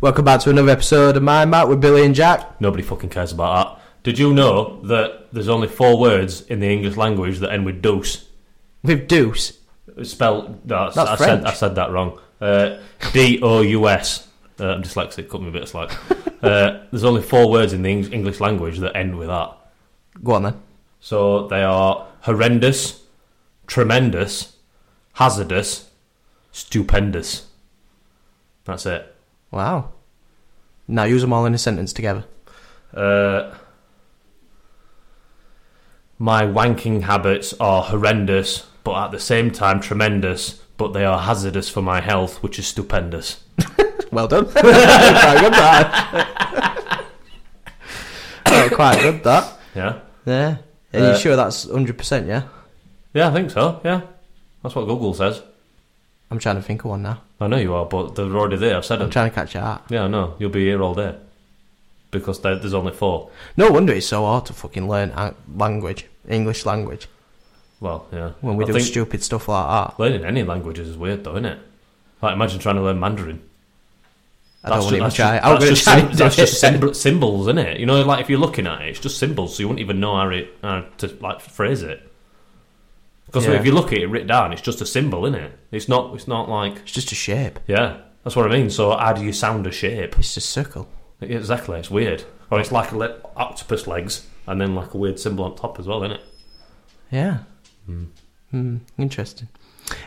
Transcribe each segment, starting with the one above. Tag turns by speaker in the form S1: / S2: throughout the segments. S1: Welcome back to another episode of Mind Map with Billy and Jack.
S2: Nobody fucking cares about that. Did you know that there's only four words in the English language that end with deuce?
S1: With Deuce.
S2: Spell that's,
S1: That's
S2: I
S1: French.
S2: said I said that wrong. Uh, D O U S. Uh, I'm dyslexic. Cut me a bit of slack. uh, there's only four words in the Eng- English language that end with that.
S1: Go on then.
S2: So they are horrendous, tremendous, hazardous, stupendous. That's it.
S1: Wow. Now use them all in a sentence together.
S2: Uh, my wanking habits are horrendous, but at the same time tremendous. But they are hazardous for my health, which is stupendous.
S1: Well done. Quite good that. Oh, quite good that.
S2: Yeah,
S1: Yeah. Are
S2: Uh,
S1: you sure that's 100%, yeah?
S2: yeah, I think so. Yeah, that's what Google says.
S1: I'm trying to think of one now.
S2: I know you are, but they're already there. I've said
S1: I'm
S2: it.
S1: trying to catch your heart.
S2: Yeah, I know. You'll be here all day because there- there's only four.
S1: No wonder it's so hard to fucking learn a- language, English language,
S2: Well, yeah.
S1: when we
S2: I
S1: do
S2: think-
S1: stupid stuff like that.
S2: Learning any languages is weird, though, isn't it? Like, imagine trying to learn Mandarin.
S1: I don't want to even
S2: that's
S1: try. I'm
S2: just- that's
S1: going to
S2: just
S1: try.
S2: sym-
S1: and do
S2: That's just
S1: it.
S2: symb- symbols, isn't it? You know, like if you're looking at it, it's just symbols, so you wouldn't even know how, it, how to like phrase it. Because
S1: Yeah.
S2: if you look at it written down, it's just a symbol, isn't it? It's not. It's not like
S1: It's just a shape.
S2: yeah. That's what I mean. So how do you sound a shape?
S1: It's a circle.
S2: Exactly. It's weird. Or it's like a le- octopus legs, and then like a weird symbol on top as well, isn't it?
S1: Yeah. Hmm. Interesting.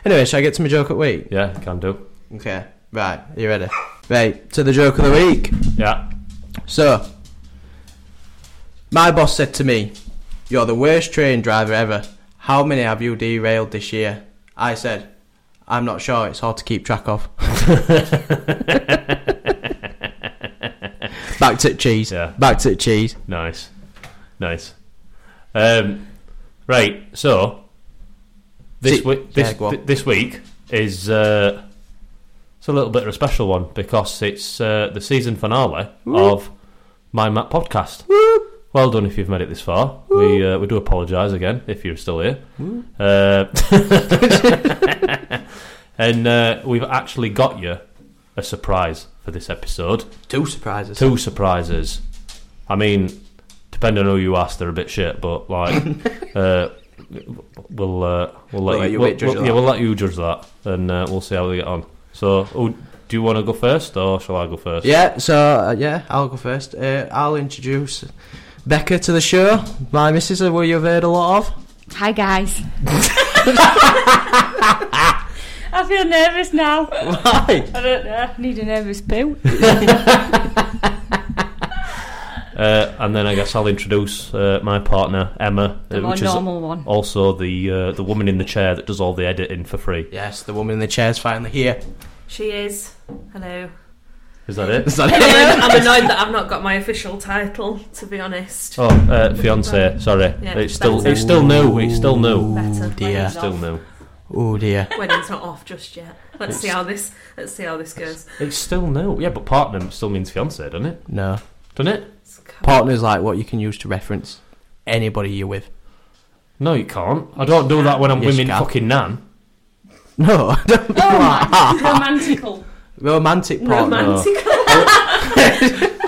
S1: Anyway, shall I get to my joke of the week?
S2: Yeah, can do.
S1: Okay. Right. Are you ready? Right. To the joke of the week.
S2: Yeah.
S1: So, my boss said to me, You're the worst train driver ever. How many have you derailed this year? I said, I'm not sure. It's hard to keep track of. Back to cheese.
S2: Yeah.
S1: Back to cheese.
S2: Nice, nice. Um, right, so this
S1: See-
S2: week, this,
S1: yeah, go on.
S2: th- this week is uh, it's a little bit of a special one because it's uh, the season finale of my Map podcast. Well done if you've made it this far. We uh, we do apologise again if you're still here. Uh, and uh, we've actually got you a surprise for this episode.
S1: Two surprises.
S2: Two surprises. I mean, depending on who you ask, they're a bit shit, but like, uh, we'll uh,
S1: We'll
S2: we'll let
S1: let
S2: you,
S1: you
S2: we'll,
S1: judge
S2: we'll-
S1: that.
S2: yeah, we'll let you judge that, and uh, we'll see how we get on. So, who- do you want to go first, or shall I go first?
S1: Yeah, so uh, yeah, I'll go first. Uh, I'll introduce Becca to the show. My missus, uh, who you've heard a lot of.
S3: Hi guys. I feel nervous now.
S1: Why?
S3: I don't know. Need a nervous poo.
S2: Uh, and then I guess I'll introduce uh, my partner Emma,
S3: The
S2: uh,
S3: more
S2: which is
S3: normal one.
S2: also the uh, the woman in the chair that does all the editing for free.
S1: Yes, the woman in the chair's finally here.
S4: She is. Hello.
S2: Is that it?
S1: Is that it?
S4: I'm, I'm annoyed that I've not got my official title, to be honest.
S2: Oh, uh, fiance. Sorry,
S4: Yeah,
S2: it's still
S4: better.
S2: it's still new. It's still new.
S4: Better.
S1: dear.
S4: Wedding's
S2: Oh, Still
S4: off.
S2: new.
S1: Oh dear.
S4: Wedding's not off just yet. Let's see how this. Let's see how this goes.
S2: It's still new. Yeah, but partner still means fiance, doesn't it?
S1: No.
S2: Doesn't it?
S4: It's co-
S1: Partner's like what you can use to reference anybody you're with.
S2: No, you can't. I don't do that when I'm
S1: Yes, you
S2: women
S1: can.
S2: fucking nan.
S1: No.
S3: Oh my romantical.
S1: Romantic partner.
S4: Romantic.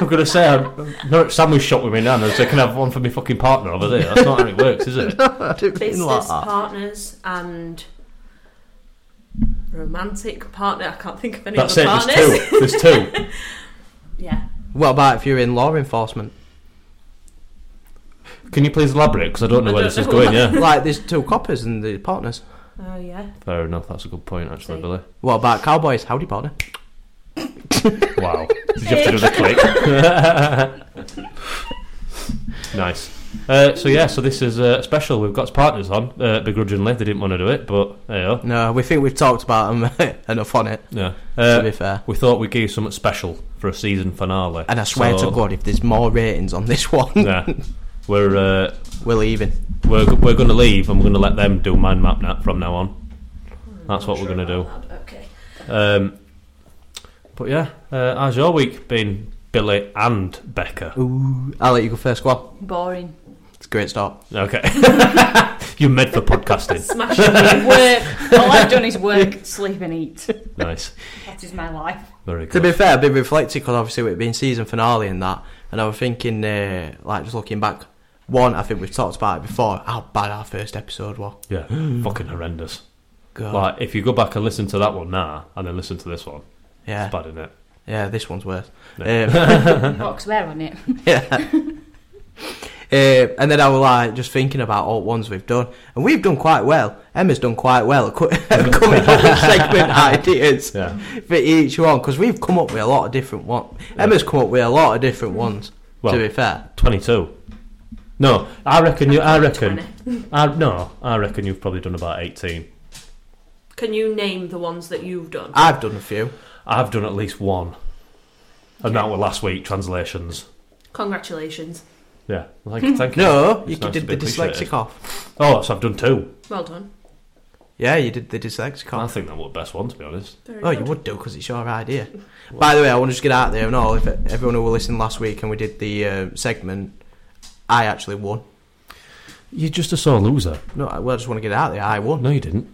S2: I'm gonna say I'm no at sandwich shop with me nan and say can I have one for my fucking partner over there. That's not how it works, is it?
S1: I didn't mean like
S4: Business
S1: that.
S4: partners and romantic partner. I can't think of any
S2: That's
S4: other
S2: it.
S4: partners.
S2: There's two. There's two.
S4: Yeah.
S1: What about if you're in law enforcement?
S2: Can you please elaborate? Because I don't know
S4: I
S2: where
S4: don't
S2: this is
S4: know.
S2: going. Yeah.
S1: like there's two coppers and the partners.
S4: Oh yeah.
S2: Fair enough. That's a good point, actually,
S4: See.
S2: Billy.
S1: What about cowboys? Howdy partner.
S2: Wow. Did you have to do the click? nice. Uh, so yeah, so this is uh, special. We've got partners on uh, begrudgingly. They didn't want to do it, but there you are.
S1: No, we think we've talked about them enough on it.
S2: Yeah.
S1: to
S2: Uh,
S1: be fair.
S2: we thought we'd give you something special for a season finale.
S1: And I swear
S2: So-
S1: to God, if there's more ratings on this one,
S2: yeah, we're uh,
S1: we're leaving.
S2: we're we're going to leave, and we're going to let them do mind map now, from now on. That's what we're going to do.
S4: Okay.
S2: Um, but yeah, uh, how's your week been, Billy and Becca?
S1: Ooh, I'll let you go first. Go on.
S3: Boring.
S1: It's a great start.
S2: Okay, You're made for podcasting.
S4: Smash it.
S3: work. All I've done is work, sleep, and eat.
S2: nice.
S3: That is my life.
S2: Very good.
S1: To be fair, I've been reflecting because obviously with it being season finale and that, and I was thinking, uh, like, just looking back, one, I think we've talked about it before, how bad our first episode was.
S2: yeah. Fucking horrendous.
S1: God.
S2: Like, if you go back and listen to that one now, and then listen to this one,
S1: yeah,
S2: it's bad, isn't it?
S1: yeah, this one's worse.
S2: No.
S1: Um,
S3: Box wear on it.
S1: yeah. Uh, and then I was like just thinking about all the ones we've done, and we've done quite well. Emma's done quite well at co- at coming up with segment ideas
S2: yeah.
S1: for each one because we've come up with a lot of different ones. Emma's come up with a lot of different ones.
S2: Well-
S1: to be fair,
S2: 22. No, I reckon you. I reckon.
S4: 20.
S2: I, no, I reckon you've probably done about 18.
S4: Can you name the ones that you've done?
S2: Ah.
S1: I've done a few.
S2: I've done at least one. And that was last week, translations.
S4: Congratulations.
S2: Yeah. Thank, thank Hmm. you.
S1: No,
S2: It's
S1: you
S2: nice
S1: did the
S2: to be appreciated.
S1: dyslexic off.
S2: Oh, so I've done two.
S4: Well done.
S1: Yeah, you did the dyslexic
S2: I
S1: off.
S2: think that was the best one, to be honest.
S4: Very
S1: Oh, you
S4: good.
S1: would do because it's your idea. By the way, I want to just get out there and all. If everyone who were listening last week and we did the uh, segment, I actually won.
S2: You're just a sore loser. Oh,
S1: No, I, well, I just want to get it out there. I won.
S2: No, you didn't.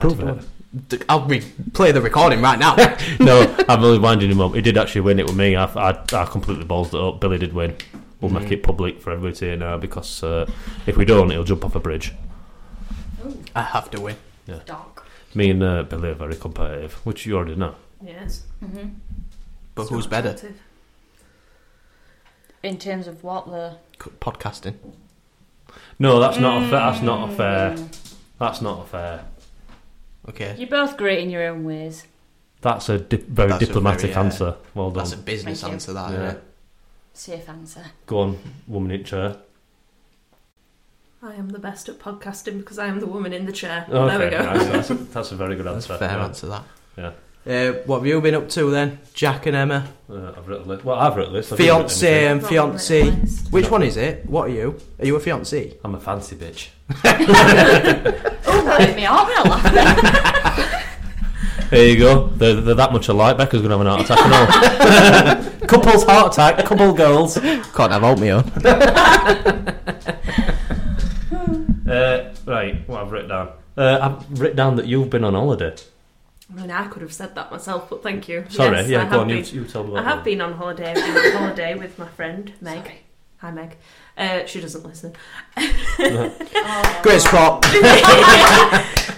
S2: Prove it.
S1: D- I'll re- play the recording right now.
S2: no, I'm only winding him up. He did actually win. It with me. I, I, I completely ballsed it up. Billy did win. We'll make it public for everybody to hear now because uh, if we don't, he'll jump off a bridge.
S1: I have to win.
S3: Dark.
S2: Me and uh, Billy are very competitive, which you already know.
S4: Yes.
S3: hmm
S1: But
S4: It's
S1: who's
S4: not
S1: better?
S4: attractive.
S3: In terms of what the.
S1: C- Podcasting.
S2: No, that's not. A fa- that's not a fair. That's not a fair.
S1: Okay.
S3: Mm. You're both great in your own ways.
S2: That's a di- very
S1: That's a
S2: diplomatic
S1: very, uh,
S2: answer. Well done.
S1: That's a business
S3: Thank you.
S1: answer, that,
S2: Yeah.
S1: innit?
S3: Safe answer.
S2: Go on, woman in chair.
S4: I am the best at podcasting because I am the woman in the chair.
S2: Okay,
S4: Oh, there we go.
S2: nice. That's, a, that's a very good
S1: That's
S2: answer.
S1: a fair
S2: yeah.
S1: answer, that.
S2: Yeah.
S1: Uh, what have you been up to then? Jack and Emma?
S2: Uh, I've written a list. Well, I've written a list. I've written
S1: Fiance
S2: anything.
S1: and
S4: Not
S1: fiancee.
S4: organised.
S1: Which one is it? What are you? Are you a fiancee?
S2: I'm a fancy bitch.
S3: Oh, that hit me off. I'm not laughing.
S2: There you go. They're, they're that much alike. Becca's going to have an heart attack and all. Couples heart attack. Couple girls.
S1: Can't have oatmeal.
S2: Uh, right. What I've written down. Uh, I've written down that you've been on holiday.
S4: I mean, I could have said that myself, but thank you.
S2: Sorry.
S4: Yes, I
S2: yeah.
S4: have
S2: Go on. You,
S4: been.
S2: you tell me.
S4: I
S2: what
S4: have
S2: you-
S4: been on holiday. I've been on holiday with my friend Meg.
S3: Sorry.
S4: Hi, Meg. Uh, she doesn't listen.
S3: Oh,
S1: Great spot.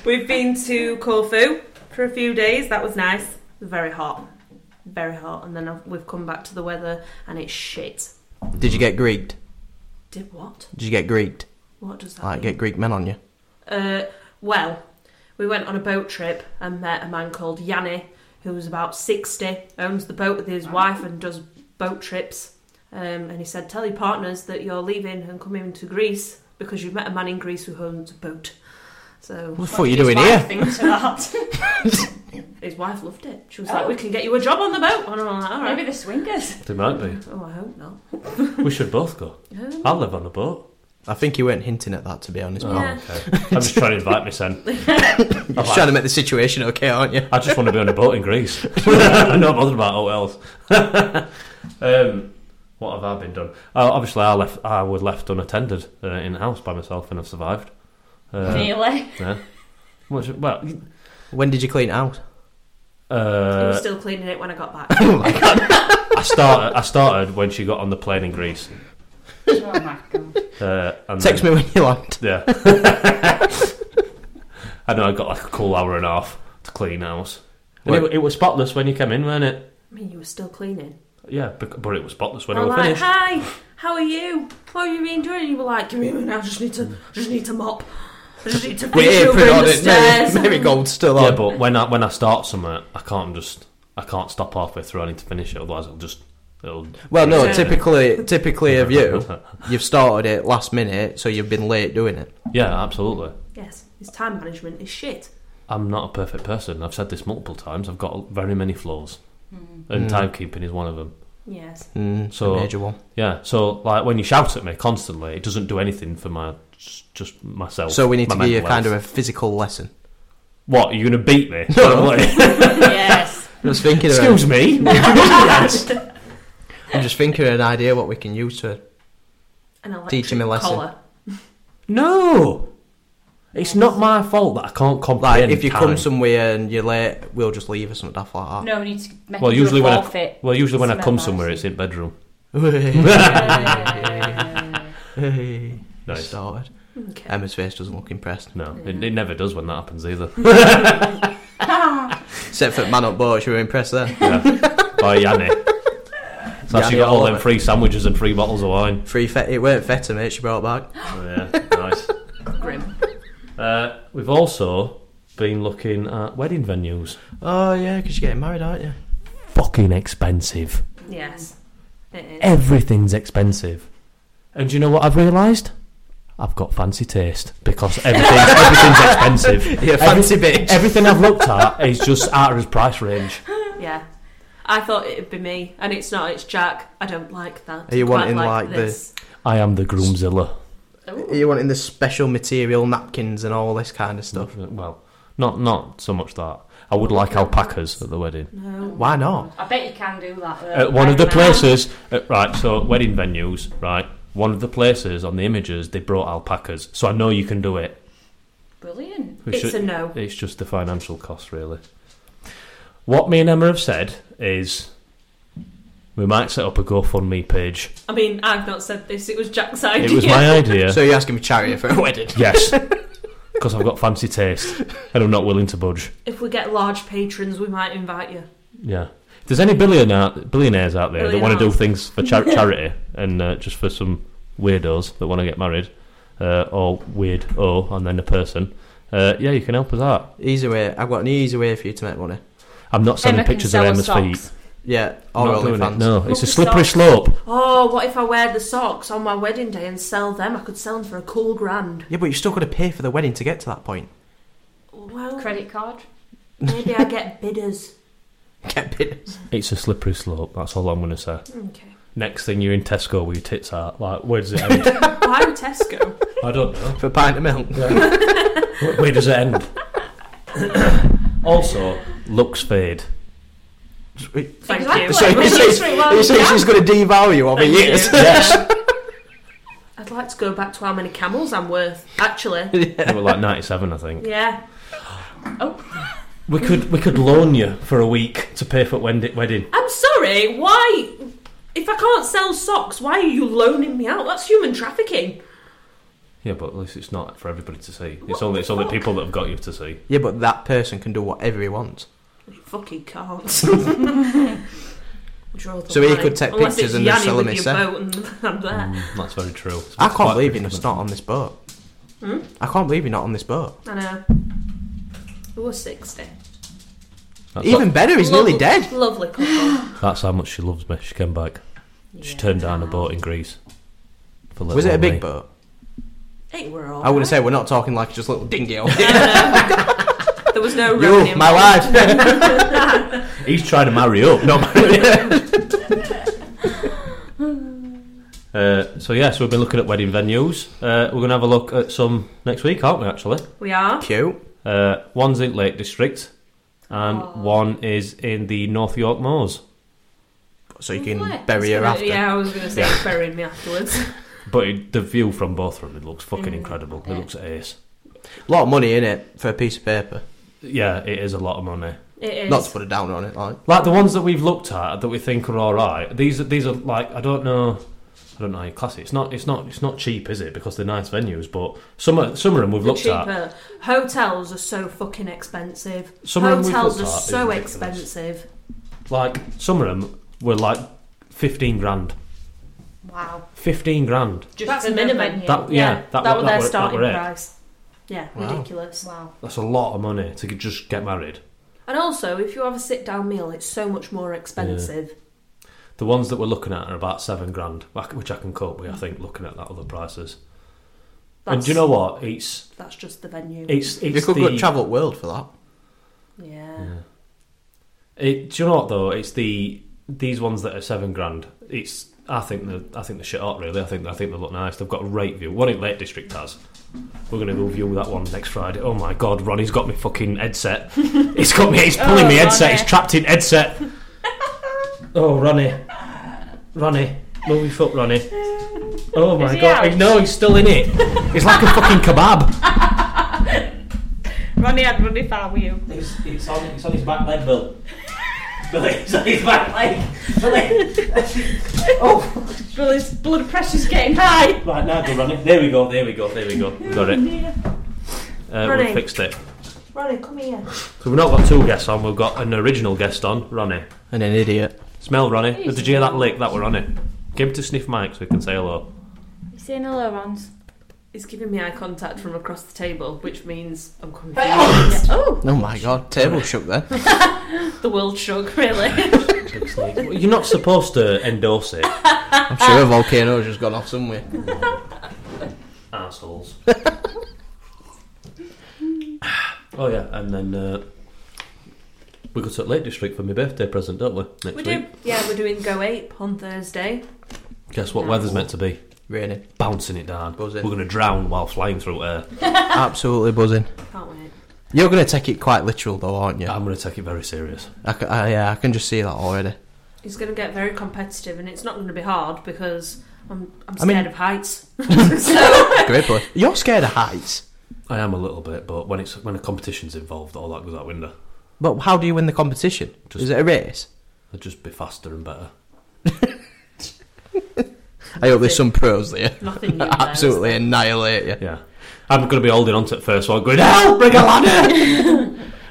S4: We've been to Corfu for a few days. That was nice. Very hot, very hot. And then I've, we've come back to the weather, and it's shit.
S1: Did you get greeked?
S4: Did what?
S1: Did you get greeked?
S4: What does that
S1: Like,
S4: mean?
S1: get Greek men on you?
S4: Uh, well, we went on a boat trip and met a man called Yanni, who's about 60, owns the boat with his wife and does boat trips. Um, and he said, Tell your partners that you're leaving and coming to Greece because you've met a man in Greece who owns a boat. So
S1: What the fuck are you doing here?
S4: his wife loved it. She was like, We can get you a job on the boat. And I'm like, All
S3: Maybe
S4: right.
S3: the swingers.
S2: They might be.
S4: Oh, I hope not.
S2: We should both go.
S4: Um,
S2: I'll live on a boat.
S1: I think you weren't hinting at that, to be honest.
S2: Oh,
S1: pal.
S4: Yeah.
S2: okay. I'm just trying to invite me, son.
S1: You're just trying to make the situation okay, aren't you?
S2: I just want to be on a boat in Greece. I'm not bothered about what else. um, what have I been done? Uh, obviously, I left. I was left unattended uh, in the house by myself, and I've survived. Uh,
S3: Really?
S2: yeah. Much, well,
S1: When did you clean it out?
S4: he was
S2: uh,
S4: still cleaning it when I got back.
S2: I started. I started when she got on the plane in Greece.
S3: Oh my god.
S2: Uh, and
S1: Text me when you land.
S2: Yeah. I know. I got like a cool hour and a half to clean house. And it, wa- it was spotless when you came in, wasn't it?
S4: I mean, you were still cleaning.
S2: Yeah, bec- but it was spotless when I
S4: I'm
S2: was
S4: like,
S2: finished.
S4: hi, how are you? What have you been doing? You were like, give me a minute, I just need to, I just need to mop. I just need to
S1: We're
S4: finish
S1: apron
S4: up
S1: on
S4: the
S1: it. Mary,
S4: stairs.
S1: Mary Gold's still
S2: Yeah,
S1: on.
S2: but when I when I start something, I can't just I can't stop halfway through. I need to finish it, otherwise it'll just it'll.
S1: well, no.
S4: Yeah.
S1: Typically, typically of you, you've started it last minute, so you've been late doing it.
S2: Yeah, absolutely.
S4: Yes, his time management is shit.
S2: I'm not a perfect person. I've said this multiple times. I've got very many flaws, and
S3: Hmm.
S1: Mm.
S2: timekeeping is one of them.
S4: Yes.
S1: Mm,
S2: So-
S1: a major one.
S2: Yeah. So like when you shout at me constantly, it doesn't do anything for my just, just myself.
S1: So we need
S2: my
S1: to give you a
S2: mental
S1: kind of
S2: health.
S1: a physical lesson.
S2: what? You're gonna beat me?
S1: No.
S2: Like,
S3: yes.
S1: I'm just thinking. of
S2: Excuse me. Yes.
S1: I'm just thinking of an idea what we can use to.
S4: An electric
S1: Teach him a lesson.
S4: collar.
S2: no. It's not my fault that I can't
S1: Like,
S2: comprehend.
S1: if you
S2: time.
S1: come somewhere and you're late, we'll just leave or something like
S3: No, we need to make
S2: well,
S3: it do a
S2: usually when I
S3: forfeit.
S2: well, usually when I
S3: It's
S2: come
S3: embarrassing.
S2: somewhere, it's in bedroom.
S1: that.
S3: Yeah.
S1: hey,
S2: Nice.
S1: It started.
S4: Okay.
S1: Emma's face doesn't look impressed,
S2: No, it, it never does when that happens either.
S1: except for man up boat. She were impressed then.
S2: Yeah. By Yanni. So
S1: Yanni
S2: she got
S1: all
S2: all
S1: of
S2: them
S1: it.
S2: free sandwiches and free bottles of wine. Oh,
S1: Free fe- it weren't feta, mate. She brought back.
S2: Yeah, nice.
S4: Grim.
S2: Uh, we've also been looking at wedding venues.
S1: Oh yeah, 'cause you're getting married, aren't you?
S2: Fucking expensive.
S4: Yes. It is.
S2: Everything's expensive. And do you know what I've realised? I've got fancy taste because everything's, everything's expensive.
S1: Yeah, fancy bitch.
S2: Everything I've looked at is just out of his price range.
S4: Yeah. I thought it'd be me, and it's not. It's Jack. I don't like that.
S1: Are you
S4: I quite
S1: wanting, like, the-
S4: this?
S2: I am the groomzilla.
S1: Are you wanting the special material napkins and all this kind of stuff?
S2: Well, not not so much that. I would like alpacas at the wedding.
S4: No.
S1: Why not?
S3: I bet you can do that. though.
S2: At one of the
S3: I remember.
S2: places, uh, right? So wedding venues, right? One of the places on the images they brought alpacas, so I know you can do it.
S3: Brilliant.
S2: We
S4: It's
S2: should-
S4: a no.
S2: It's just the financial cost, really. What me and Emma have said is we might set up a GoFundMe page.
S4: I mean, I've not said this. It was Jack's idea.
S2: It was my idea.
S1: So you're asking me charity for a wedding?
S2: yes. Because I've got fancy taste and I'm not willing to budge.
S4: If we get large patrons, we might invite you.
S2: Yeah. If there's any billionaire, billionaires out there that want to do
S4: Billionaires.
S2: things for char- charity and uh, just for some weirdos that want to get married, uh, or weird oh and then a person, uh, yeah, you can help us out.
S1: Easy way. I've got an easy way for you to make money.
S2: I'm not sending
S3: Emma can
S2: pictures of
S3: sell
S2: Emma's
S3: us
S2: feet.
S3: socks.
S1: Yeah,
S2: I'm
S1: or
S2: not doing it.
S1: OnlyFans.
S2: No,
S4: Look
S2: it's a
S4: at
S2: slippery
S4: socks.
S2: slope.
S4: Oh, what if I wear the socks on my wedding day and sell them? I could sell them for a cool grand.
S1: Yeah, but you've still got to pay for the wedding to get to that point.
S4: Well,
S3: Credit card.
S4: maybe I get bidders.
S1: Get bidders.
S2: It's a slippery slope. That's all I'm going to say.
S4: Okay.
S2: Next thing you're in Tesco with your tits out. Like, where does it end?
S4: Why Tesco?
S2: I don't know.
S1: For a pint of milk.
S2: Where- Where does it end? also, looks fade.
S4: Thank
S3: exactly.
S4: you.
S1: So you
S3: Well,
S1: say-
S3: it's really well
S1: you say
S3: done.
S1: she's going to devalue you over
S4: Thank
S1: years.
S4: you.
S2: Yes.
S4: I'd like to go back to how many camels I'm worth. Actually,
S2: they were like 97, I think.
S4: yeah.
S2: We could we could loan you for a week to pay for wed- wedding.
S4: I'm sorry. Why? If I can't sell socks, why are you loaning me out? That's human trafficking.
S2: Yeah, but at least it's not for everybody to see. It's only it's only people that have got you to see.
S1: Yeah, but that person can do whatever he wants.
S4: You fucking can't. Draw the
S1: So he
S4: line.
S1: could take
S4: Unless
S1: pictures
S4: it's
S1: and then
S4: Yanni
S1: sell
S4: with
S1: them
S4: your
S1: himself.
S4: boat and I'm there.
S2: Mm, that's very true. It's
S1: Uh, I can't
S2: quite
S1: believe you're
S2: different.
S1: not on this boat.
S4: Hmm?
S1: I can't believe you're not on this boat.
S4: I know. We were 60.
S2: That's,
S1: Even better, he's nearly
S4: Lovely-
S1: dead.
S4: Lovely couple.
S2: how- that's how much she loves me. She came back. She
S4: Yeah.
S2: turned down a boat in Greece. For little
S1: Was it a
S2: old me.
S1: big boat?
S4: Eight were all.
S1: I wouldn't say we're not talking like just a little dinghy. or-
S4: No, no. there was no rowing
S1: you, my wife.
S2: He's trying to marry up, not marry Uh, so yes, we've been looking at wedding venues. Uh, we're going to have a look at some next week, aren't we? Actually,
S4: We are.
S1: Cute.
S2: uh, one's in Lake District, and
S3: Aw.
S2: one is in the North York Moors.
S1: So you can
S3: Lovely.
S1: bury
S4: It's
S1: her
S4: gonna-
S1: after.
S4: Yeah, I was going to say
S2: Yeah.
S4: burying me afterwards.
S2: But it, the view from both of them it looks fucking
S3: Mm,
S2: incredible. It
S3: yeah.
S2: looks ace.
S1: lot of money in it for a piece of paper.
S2: Yeah, it is a lot of money.
S4: It is.
S1: Not to put a down on it, like.
S2: Like the ones that we've looked at that we think are all right. These are these are like I don't know, I don't know how you class it. It's not it's not it's not cheap, is it? Because they're nice venues, but some of some of them we've
S4: the
S2: looked at.
S4: cheaper. Hotels are so fucking expensive.
S2: Some of them we've
S4: Hotels
S2: looked
S4: are
S2: at is
S4: so
S2: ridiculous.
S4: expensive.
S2: Like some of them were like fifteen grand,
S3: Wow.
S2: fifteen grand.
S4: Just
S3: That's
S4: for the
S3: minimum.
S4: venue.
S2: That yeah, that,
S4: that
S2: were, that
S4: were their
S2: were, that
S4: starting
S2: were it.
S4: price. Yeah,
S1: Wow.
S4: ridiculous.
S3: Wow.
S2: That's a lot of money to g- just get married.
S4: And also, if you have a sit down meal, it's so much more expensive.
S2: The ones that we're looking at are about seven grand, wha- which I can cope with. I think looking at that other prices.
S4: That's,
S2: And do you know what? It's
S4: That's just the venue.
S2: it's it's
S1: you could
S2: the,
S1: go travel world for that.
S4: yeah.
S2: Yeah. It, do you know what though? It's the these ones that are seven grand. It's I think the I think the shit hot really. I think I think they look nice. They've got a great view. One in Lake District has. We're gonna go view that one next Friday. Oh my god, Ronnie's got me fucking headset. He's got me. He's pulling
S3: Oh,
S2: me headset.
S3: Ronnie.
S2: He's trapped in headset. oh Ronnie, Ronnie, move your foot, Ronnie. Oh my
S3: Is he
S2: god,
S3: out?
S2: no, he's still in it. It's like a fucking kebab.
S4: Ronnie had Ronnie if I were you.
S5: It's, it's, on, it's on his back leg, Bill. Billy, it's on his back leg. Billy. oh,
S4: Well, his blood pressure's getting high.
S5: right now, good Ronnie. There we go. There we go. There we go.
S2: Got it. Uh, we
S4: Ronnie.
S2: fixed it.
S4: Ronnie, come here.
S2: So we've not got two guests on. We've got an original guest on, Ronnie.
S1: And an idiot.
S2: Smell, Ronnie. Did you hear that lick? That were Ronnie. Give him to sniff Mike so we can say hello.
S3: You saying hello, Rons?
S4: He's giving me eye contact from across the table, which means I'm confused. oh,
S1: Oh my god, table shook then.
S4: the world shook, really.
S2: Well, You're not supposed to endorse it,
S1: I'm sure a volcano's just gone off somewhere.
S2: assholes. oh yeah, and then uh, we go to Lake District for my birthday present, don't we? Next week.
S4: we do. Yeah, we're doing Go Ape on Thursday.
S2: Guess what
S4: Nice.
S2: weather's meant to be?
S1: Raining.
S2: Bouncing it down.
S1: Buzzing.
S2: We're going to drown while flying through air.
S1: Absolutely buzzing.
S4: Can't wait.
S1: You're going to take it quite literal though, aren't you?
S2: I'm going to take it very serious.
S1: I c- I- yeah, I can just see that already.
S4: It's going to get very competitive, and it's not going to be hard because I'm I'm
S1: I
S4: scared
S1: mean-
S4: of heights. so
S1: Great boy. You're scared of heights.
S2: I am a little bit, but when it's when a competition's involved, all that goes out window.
S1: But how do you win the competition?
S2: Just-
S1: Is it a race?
S2: I'd just be faster and better.
S1: I hope there's some pros there.
S4: nothing. New there, is
S1: Absolutely
S4: there?
S1: annihilate you.
S2: Yeah, I'm going to be holding on to it first while going. Help! Bring a ladder.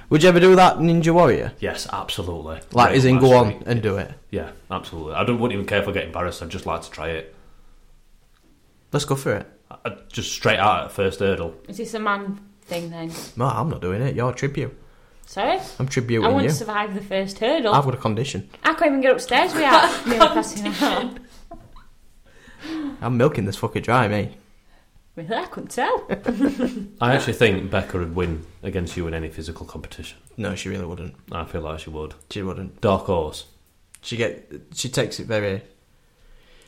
S1: Would you ever do that, Ninja Warrior?
S2: yes, absolutely.
S1: Like,
S2: Right
S1: as in
S2: up
S1: go
S2: that
S1: on
S2: street.
S1: and do it.
S2: Yeah, absolutely. I don't wouldn't even care if I get embarrassed. I'd just like to try it.
S1: Let's go for it.
S2: I- I, just straight out at first hurdle.
S3: Is this a man thing then?
S1: No, I'm not doing it. You're a tribute.
S3: Sorry?
S1: I'm
S3: I
S1: tributing
S3: won't
S1: you.
S3: survive the first hurdle.
S1: I've got a condition.
S3: I can't even get upstairs without nearly passing out.
S1: I'm milking this fucker dry, mate.
S3: Really, I couldn't tell.
S2: I actually think Becca would win against you in any physical competition.
S1: No, she really wouldn't.
S2: I feel like she would.
S1: She wouldn't.
S2: Dark horse.
S1: She get. She takes it very.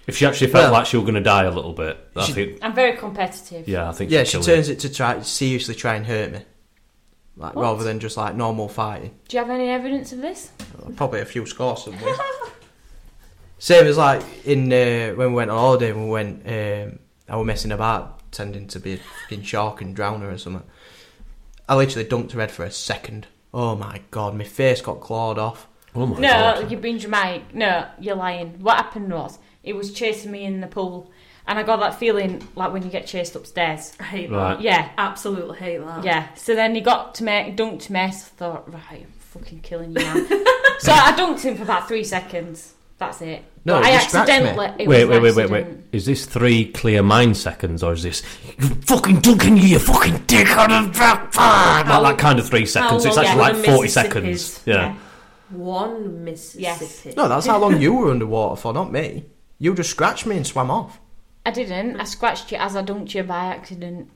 S2: If she actually felt
S1: Well-
S2: like she were going to die a little bit, I
S1: She-
S2: think.
S3: I'm very competitive.
S2: Yeah, I think.
S1: Yeah,
S2: she'd
S1: she
S2: kill
S1: turns it to try seriously try and hurt me, like
S3: What?
S1: rather than just like normal fighting.
S3: Do you have any evidence of this?
S1: Probably a few scores somewhere. Same as like in uh, when we went on holiday and we went. Um, I was messing about, tending to be a fucking shark and drowner or something. I literally dumped red for a second. Oh my god, my face got clawed off.
S2: you. Oh my
S3: no,
S2: god.
S3: you've been dramatic. No, you're lying. What happened was, it was chasing me in the pool, and I got that feeling like when you get chased upstairs.
S4: I hate
S2: Right.
S4: that.
S3: Yeah,
S4: Absolutely hate that.
S3: yeah. So then he got to me, dunked me, so I thought, right, I'm fucking killing you now. so I dunked him for about three seconds. That's it.
S1: No,
S3: But
S1: you
S3: I
S1: scratched me.
S3: accidentally. It
S2: Wait,
S3: was
S2: wait,
S3: an
S2: wait, wait, wait.
S3: accident.
S2: Is this three clear mind seconds or is this you fucking dunking you, you fucking dick on a like that kind of three
S3: Oh,
S4: How
S2: seconds? It's
S4: long
S2: actually
S4: are
S2: like
S4: the
S2: forty
S4: Mississippis?
S2: seconds. Yeah.
S4: One Mississippi.
S1: No, that's how long you were underwater for, not me. You just scratched me and swam off.
S3: I didn't. I scratched you as I dunked you by accident.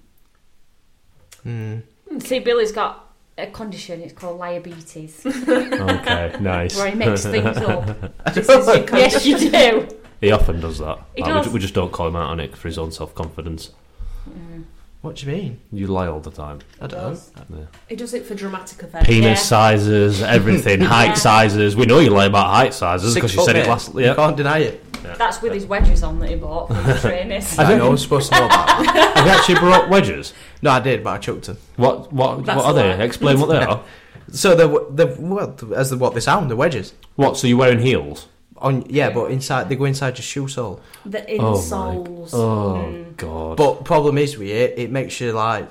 S2: Hmm.
S1: Mm.
S3: See, Billy's got a condition. It's called diabetes,
S2: Okay. Nice.
S3: where he makes things up.
S4: This is your
S3: yes, you do.
S2: He often does that.
S3: He
S2: Like, we
S3: does.
S2: ju- We, just don't call him out on it for his own self confidence.
S1: What do you mean?
S2: You lie all the time.
S1: I don't.
S2: Yeah.
S4: He does it for dramatic effect.
S2: Penis
S3: Yeah.
S2: sizes, everything, height sizes. We know you lie about height sizes because you
S1: foot,
S2: said it
S1: mate.
S2: last.
S1: You
S2: Yeah.
S1: can't deny it.
S3: That's with his wedges on that he bought from the trainers.
S1: I, know I'm supposed to know that.
S2: Have you actually brought wedges?
S1: No, I did, but I chucked them.
S2: What? What?
S4: That's
S2: what are they?
S4: a lie.
S2: Explain what they are.
S1: So the the well, as the, what they sound, the wedges.
S2: What? So you're wearing heels?
S1: On yeah, but inside they go inside your shoe sole.
S4: The
S2: Oh my-
S4: insoles.
S2: Oh god.
S1: But problem is with it, it makes you like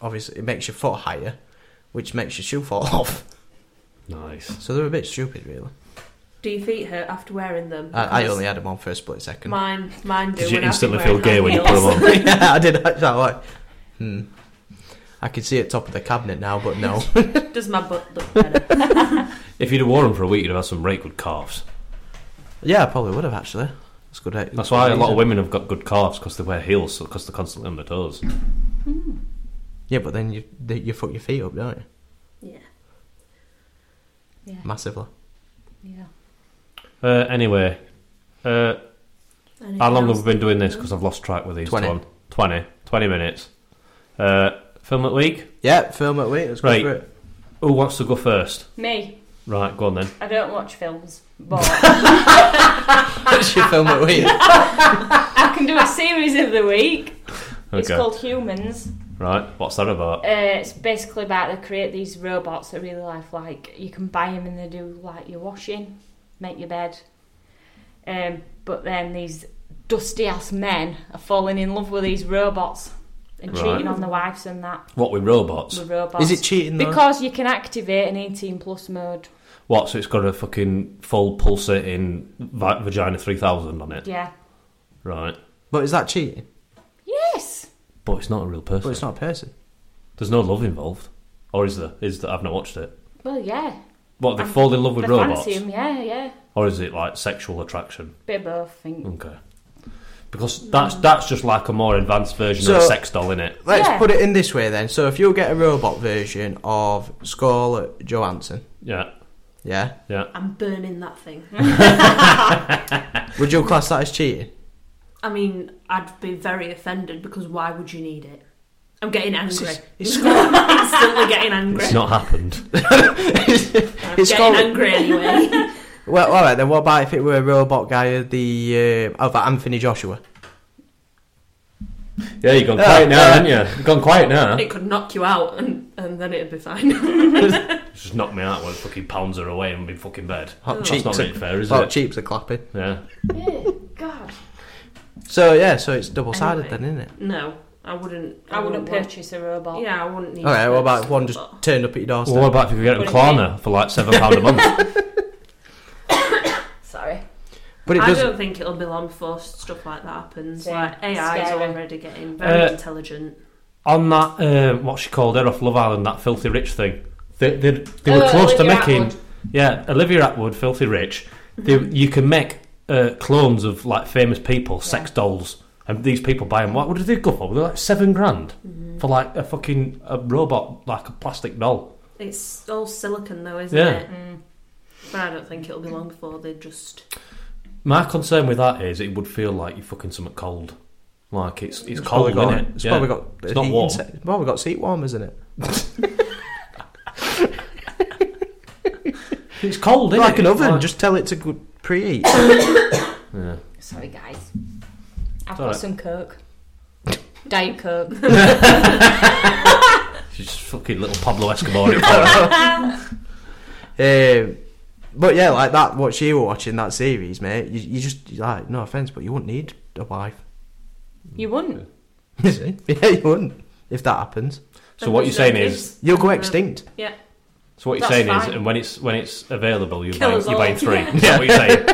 S1: obviously it makes your foot higher, which makes your shoe fall off.
S2: nice.
S1: So they're a bit stupid, really.
S4: Do your feet hurt after wearing them?
S1: I, I
S4: Because
S1: only had them on for a split second.
S4: Mine, mine do.
S2: Did you
S4: when I've
S2: instantly
S4: been
S2: feel
S4: wearing
S2: gay when you
S4: high
S2: put them
S4: heels.
S2: on?
S1: yeah, I did. Actually, I like, hmm. I can see it top of the cabinet now, but no.
S4: Does my butt look better?
S2: If you'd have worn them for a week, you'd have had some right good calves.
S1: Yeah, I probably would have actually. That's good. eh?
S2: That's why a lot of women have got good calves because they wear heels because they're constantly on their toes.
S1: Yeah, but then you they- you fuck your feet up, don't you?
S4: yeah.
S3: yeah.
S1: Massively.
S3: yeah.
S2: Uh, anyway, uh,
S4: Anything
S2: how long
S4: else?
S2: have we been doing this? Because I've lost track with these.
S1: 20.
S2: Tom. 20. 20 minutes. Uh, film at week.
S1: Yeah, film it. Wait, let's
S2: Right.
S1: go for it.
S2: Who wants to go first?
S3: Me,
S2: Right, go on then.
S3: I don't watch films, but
S1: What's your film it. Wait.
S3: I can do a series of the week. It's
S2: Okay.
S3: called Humans.
S2: Right, what's that about?
S3: Uh, it's basically about they create these robots that really life like you can buy them and they do like your washing, make your bed. Um, but then these dusty ass men are falling in love with these robots and
S2: Right.
S3: cheating on their wives and that
S2: What with robots?
S3: with robots.
S1: Is it cheating though?
S3: because you can activate an 18 plus mode?
S2: What? So it's got a fucking full pulsating va- vagina three thousand on it,
S3: Yeah.
S2: right?
S1: but is that cheating?
S3: Yes.
S2: But it's not a real person.
S1: But it's not a person.
S2: There's no love involved, or is there? Is that I've not watched it.
S3: Well, yeah.
S2: What they
S3: I'm-
S2: fall in love with
S3: They
S2: robots,
S3: fancy 'em, Yeah, yeah.
S2: or is it like sexual attraction?
S3: Bit of both. I think.
S2: Okay, because that's that's just like a more advanced version of a
S1: So-
S2: sex doll, in it?
S1: Let's
S3: Yeah.
S1: put it in this way then. So if you get a robot version of Scarlett Johansson,
S2: Yeah,
S1: yeah,
S4: I'm burning that thing.
S1: would you class that as cheating?
S4: I mean, I'd be very offended because why would you need it? I'm getting angry.
S1: It's- it's
S4: instantly getting angry.
S2: it's not happened.
S4: I'm
S1: it's
S4: getting
S1: got-
S4: angry anyway.
S1: Well, all right then. What about if it were a robot guy of the uh, of Anthony Joshua?
S2: Yeah, you've gone
S1: Yeah,
S2: quiet now,
S1: yeah.
S2: haven't you? You've gone quiet now.
S4: it could knock you out, and, and then it'd be fine.
S2: Just knock me out when fucking pounds her away and be fucking bed.
S1: Hot
S2: That's
S1: cheeks
S2: not
S1: are-
S2: really fair, is
S1: Well,
S2: it?
S1: cheaps are clapping.
S2: Yeah.
S3: Yeah, God.
S1: So yeah, so it's double sided
S4: Anyway.
S1: then, isn't it?
S4: No, I wouldn't.
S3: I wouldn't
S4: want-
S3: purchase a robot.
S4: Yeah, I wouldn't need.
S1: All right.
S4: to
S1: What about if
S4: purchase
S1: one
S4: it,
S1: just
S4: but-
S1: turned up at your doorstep?
S2: Well, what about if you get them
S3: Put it in.
S2: Klarna for like seven pound a month?
S3: Sorry.
S1: but it
S4: I
S1: doesn't.
S4: don't think it'll be long before stuff like that happens.
S3: Same.
S4: Like AI is
S3: Scary.
S4: already getting very
S2: Uh,
S4: intelligent.
S2: On that, um, what she called her off Love Island, that filthy rich thing. They, they, they were
S3: Oh,
S2: close to
S3: Olivia
S2: making.
S3: Atwood.
S2: Yeah, Olivia Atwood, filthy rich. They, you can make uh, clones of like famous people, sex dolls, and these people buy them. What, what did they go for? Were they like seven grand
S3: Mm-hmm.
S2: for like a fucking a robot, like a plastic doll?
S4: It's all silicon, though, isn't
S2: Yeah.
S4: it?
S3: Mm,
S4: But I don't think it'll be long before they just.
S2: My concern with that is it would feel like you're fucking something cold. Like it's it's,
S1: It's probably
S2: cold,
S1: got.
S2: innit?
S1: It's
S2: Yeah.
S1: probably got.
S2: It's not
S1: heat
S2: warm.
S1: inside- It's probably got seat warmers in it.
S2: It's cold, isn't
S1: like
S2: it?
S1: an oven.
S2: Like-
S1: Just tell it to go preheat.
S2: Yeah.
S3: Sorry, guys. I've
S2: all
S3: got
S2: right.
S3: some Coke. Diet Coke.
S2: She's just fucking little Pablo Escobar. in Florida.
S1: Um, but yeah, like that. What she were watching that series, mate. You, you just you're like no offense, but you wouldn't need a wife.
S3: You wouldn't.
S1: You see? yeah, you wouldn't if that happens.
S2: so what you're saying is,
S1: You'll go
S4: Mm-hmm.
S1: extinct.
S4: Yeah.
S2: so what you're
S3: That's
S2: saying is,
S3: fine.
S2: and when it's when it's available, you're
S4: Kill
S2: buying,
S4: us
S2: you're buying
S4: all.
S2: three. Is that what you're saying?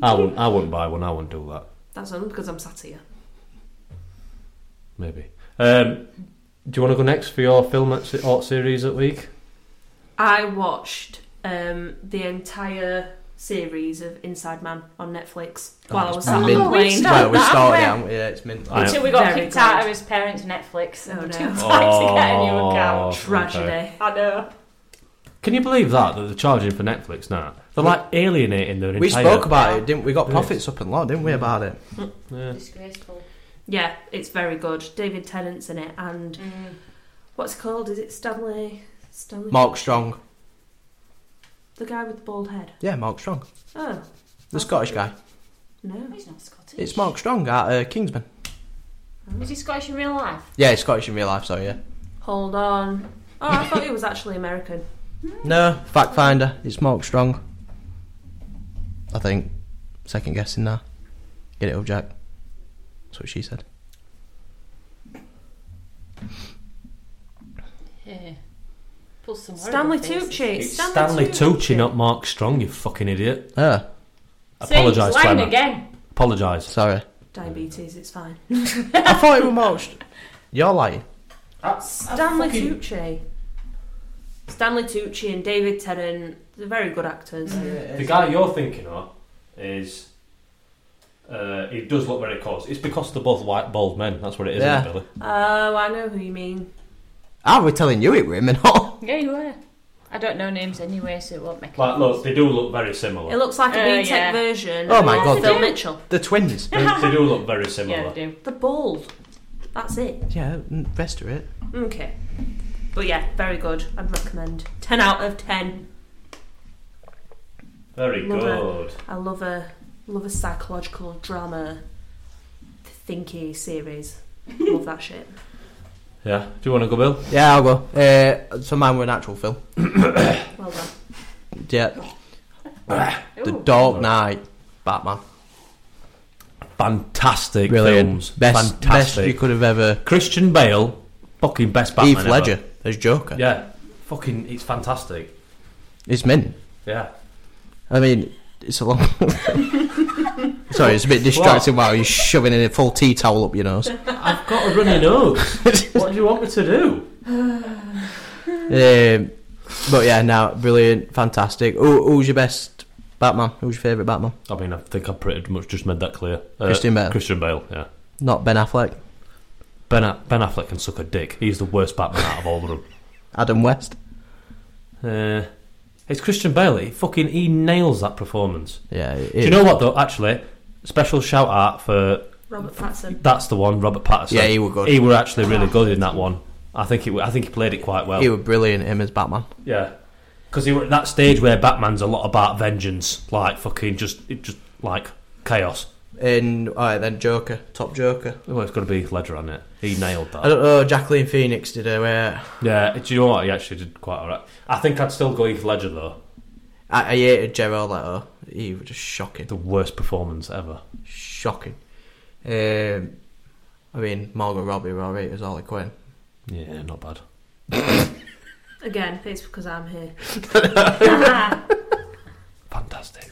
S2: I wouldn't. I wouldn't buy one. I wouldn't do that.
S4: That's only because I'm sat here.
S2: Maybe. Um, do you want to go next for your film at se- art series that week?
S4: I watched um, the entire series of Inside Man on Netflix while I was
S1: it's
S4: sat on
S1: mint.
S4: the
S3: Oh, we
S4: plane.
S3: start-
S1: well, we
S3: that,
S1: started
S3: haven't
S1: out. Yeah, it's mint.
S2: I-
S3: Until we got
S4: Very
S3: kicked
S4: good.
S3: out of his parents' Netflix and
S4: Oh,
S3: we're
S4: no.
S3: too tired to get a new
S2: Oh.
S3: account.
S4: Tragedy.
S3: I know.
S2: Can you believe that that they're charging for Netflix now? They're like alienating their
S1: We
S2: entire.
S1: spoke about it, didn't we? Got
S2: Yes.
S1: profits up and lot, didn't we? About it.
S2: Yeah.
S3: Disgraceful.
S4: Yeah, it's very good. David Tennant's in it, and
S3: Mm.
S4: what's it called? Is it Stanley? Stanley?
S1: Mark Strong.
S4: The guy with the bald head.
S1: Yeah, Mark Strong,
S4: Oh,
S1: the Scottish guy.
S4: no.
S3: He's not Scottish.
S1: It's Mark Strong at uh, Kingsman.
S3: Is he Scottish in real life?
S1: Yeah, he's Scottish in real life. Sorry, yeah.
S4: Hold on. Oh, I thought he was actually American.
S1: No, fact finder. It's Mark Strong. I think. Second guessing now. Get it up, Jack. That's what she said.
S3: Yeah. Pull some
S4: Stanley
S3: horrible faces.
S4: Tucci.
S2: It's Stanley Tucci, not Mark Strong. You fucking idiot.
S1: Ah,
S3: See,
S2: Apologise,
S3: he's lying
S2: Clement.
S3: again.
S2: Apologise.
S1: sorry.
S4: Diabetes, it's fine.
S1: I thought it was Mark. St- You're lying.
S4: Stanley Tucci. Stanley Tucci and David Tennant, they're very good actors.
S2: The guy you're thinking of is. Uh, he does look very close. It's because they're both white, bald men. That's what it is,
S1: Yeah.
S2: isn't it, Billy?
S4: Oh, I know who you mean.
S1: I was telling you it were him and all.
S3: Yeah, you were. I don't know names anyway, so it won't make
S2: Like,
S3: a
S2: look,
S3: difference.
S2: they do look very
S4: It
S2: similar.
S4: looks like a
S3: Uh,
S4: B-Tech
S3: yeah.
S4: version.
S1: Oh
S4: of
S1: my God.
S4: Phil
S3: Yeah.
S4: Mitchell.
S1: The twins.
S2: they, they do look very similar.
S3: Yeah, they do.
S4: The bald. That's it.
S1: Yeah, mm, rest of it.
S4: Okay. But yeah, very good. I'd recommend. 10 out of 10.
S2: Very
S4: Love
S2: good.
S4: I love a love a psychological drama thinky series. Love that shit.
S2: Yeah. Do you want to go, Bill?
S1: Yeah, I'll go. Uh, so mine were an actual film.
S4: Well done.
S1: Yeah, The
S3: Ooh.
S1: Dark Knight, Batman.
S2: Fantastic
S1: Brilliant.
S2: films.
S1: Best, best
S2: Fantastic.
S1: you could have ever.
S2: Christian Bale, fucking best Batman.
S1: Heath
S2: ever.
S1: Ledger as Joker.
S2: Yeah. Fucking, it's fantastic.
S1: It's mint.
S2: Yeah.
S1: I mean, it's a long. Sorry, it's a bit distracting while you're shoving in a full tea towel up your nose.
S2: I've got a runny nose. what do you want me to do?
S1: Um, but yeah, now brilliant, fantastic. Who, who's your best Batman? Who's your favourite Batman?
S2: I mean, I think I've pretty much just made that clear. Uh,
S1: Christian Bale.
S2: Christian Bale, yeah.
S1: Not Ben Affleck,
S2: Ben, A- ben Affleck can suck a dick. He's the worst Batman out of all of them.
S1: Adam West.
S2: Uh, it's Christian Bale. He fucking he nails that performance.
S1: Yeah, it,
S2: Do you know what though? Actually, special shout out for
S4: Robert Pattinson.
S2: that's the one, Robert Patterson.
S1: yeah, he were good.
S2: he were actually really good in that one. I think it. wa- I think he played it quite well.
S1: He were brilliant. Him as Batman.
S2: Yeah, because he were at that stage where Batman's a lot about vengeance, like fucking just it just like chaos.
S1: And all right, then Joker, top Joker.
S2: Well, it's got to be Ledger on it. He nailed
S1: I
S2: that.
S1: don't know. Jacqueline Phoenix did her. Uh,
S2: Yeah, do you know what? He actually did quite alright. I think I'd still go Heath Ledger though.
S1: I, I hated Gerald Leto. He was just shocking,
S2: The worst performance ever.
S1: shocking. Um, I mean, Margot Robbie were alright as Harley Quinn.
S2: Yeah, not bad.
S4: Again, it's because I'm here.
S2: Fantastic.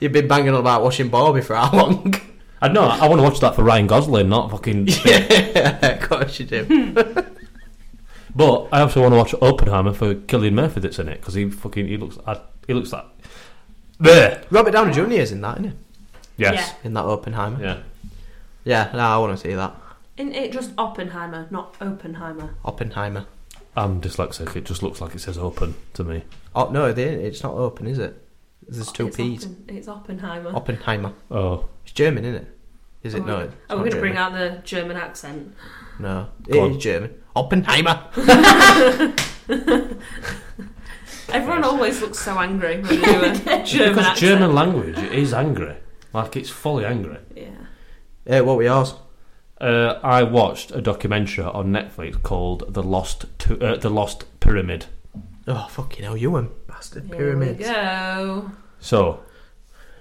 S1: You've been banging on about watching Barbie for how long?
S2: I know. I want to watch that for Ryan Gosling, not fucking.
S1: yeah, of course you do.
S2: But I also want to watch Oppenheimer for Killian Murphy that's in it because he fucking he looks I, he looks like there.
S1: Robert Downey Jr. is in that, isn't
S2: Yes.
S1: he? In that Oppenheimer.
S2: Yeah.
S1: Yeah, no, I want to see that.
S4: Isn't it just Oppenheimer, not Oppenheimer?
S1: Oppenheimer.
S2: I'm dyslexic. It just looks like it says open to me.
S1: Oh no, they, it's not open, is it? There's two
S4: it's
S1: P's.
S4: Oppen- it's Oppenheimer.
S1: Oppenheimer.
S2: Oh,
S1: It's German, isn't it? Is it?
S4: Oh,
S1: no.
S4: yeah.
S1: It's
S4: Oh,
S1: not
S4: we're going to
S1: German.
S4: bring out the German accent.
S1: No,
S2: Go
S1: it
S2: on.
S1: is German. Oppenheimer.
S4: Everyone always looks so angry when they do a German
S2: because
S4: accent.
S2: German language it is angry. Like it's fully angry.
S4: Yeah.
S1: Yeah, what were yours?
S2: Uh, I watched a documentary on Netflix called "The Lost to, uh, The Lost Pyramid."
S1: Oh fucking hell, you and bastard
S4: Here
S1: pyramids.
S4: we go.
S2: So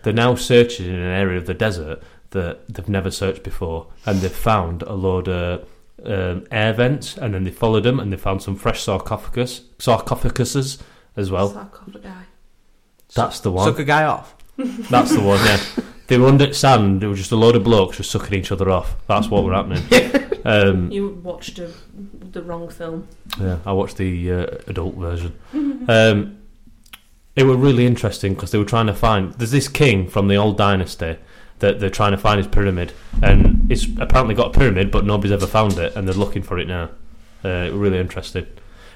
S2: they're now searching in an area of the desert that they've never searched before, and they've found a load of um, air vents, and then they followed them, and they found some fresh sarcophagus sarcophaguses as well.
S4: Sarcophagi.
S2: That's the one.
S1: Suck a guy off.
S2: That's the one. Yeah, they were under sand. They were just a load of blokes just sucking each other off. That's what were happening. Um,
S4: You watched a, the wrong film.
S2: Yeah, I watched the uh, adult version. um, it were really interesting because they were trying to find. There's this king from the old dynasty that they're trying to find his pyramid, and it's apparently got a pyramid, but nobody's ever found it, and they're looking for it now. Uh, really interesting,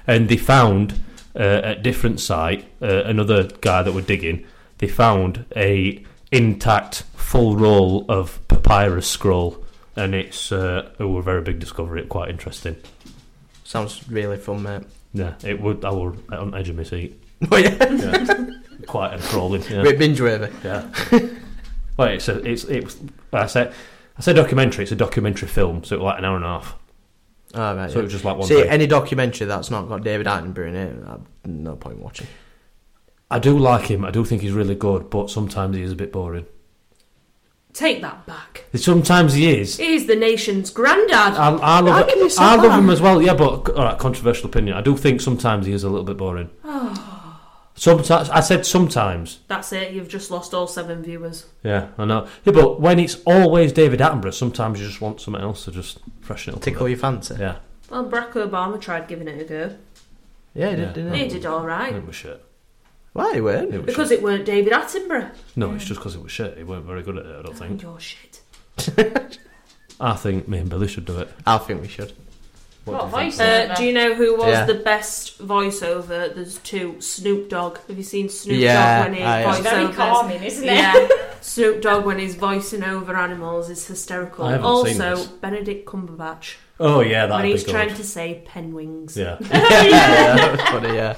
S2: and they found uh, at different site uh, another guy that were digging. They found a intact full roll of papyrus scroll, and it's uh, it were a very big discovery. Quite interesting.
S1: Sounds really fun, mate.
S2: Yeah, it would. I were on the edge of my seat,
S1: Oh yeah,
S2: quite enthralling. Yeah,
S1: bit binge worthy.
S2: yeah. well, it's a, it's it was. I said, I said documentary. It's a documentary film, so it was like an hour and a half.
S1: All right.
S2: So it
S1: yeah.
S2: was just like one.
S1: See,
S2: day.
S1: any documentary that's not got David Attenborough in it, I've no point watching.
S2: I do like him. I do think he's really good, but sometimes he is a bit boring.
S4: Take that back.
S2: Sometimes he is.
S4: He's the nation's granddad.
S2: I, I
S4: How
S2: love.
S4: can you say
S2: I love
S4: that?
S2: him as well. Yeah, but all right, controversial opinion. I do think sometimes he is a little bit boring. sometimes I said sometimes.
S4: That's it. You've just lost all seven viewers.
S2: Yeah, I know. Yeah, but when it's always David Attenborough, sometimes you just want something else to just freshen it up. a
S1: Tickle
S2: bit.
S1: your fancy.
S2: Yeah.
S4: Well, Barack Obama tried giving it a go.
S1: Yeah, he
S2: Yeah.
S1: did, didn't
S4: He
S1: he?
S4: did all right
S2: It was shit.
S1: Why he weren't?
S2: It was
S4: because
S2: shit.
S4: it weren't David Attenborough.
S2: no, it's just because it was shit. It weren't very good at it. I don't think.
S4: Your shit.
S2: I think me and Billy should do it.
S1: I think we should.
S2: do
S3: What
S2: you think?
S3: voice?
S4: Uh, do you know who was
S1: Yeah.
S4: the best voiceover? There's two. Snoop Dogg. Have you seen Snoop
S1: Yeah,
S4: Dogg when he
S1: I-
S3: It's very
S4: voiceovers?
S3: calming, isn't it?
S4: Yeah, Snoop Dogg when he's voicing over animals is hysterical.
S2: I haven't
S4: also,
S2: seen this.
S4: Benedict Cumberbatch
S2: Oh yeah,
S4: when
S2: that'd
S4: he's
S2: be
S4: trying
S2: good.
S4: to say penwings.
S2: Yeah,
S1: yeah, yeah, that's funny, yeah.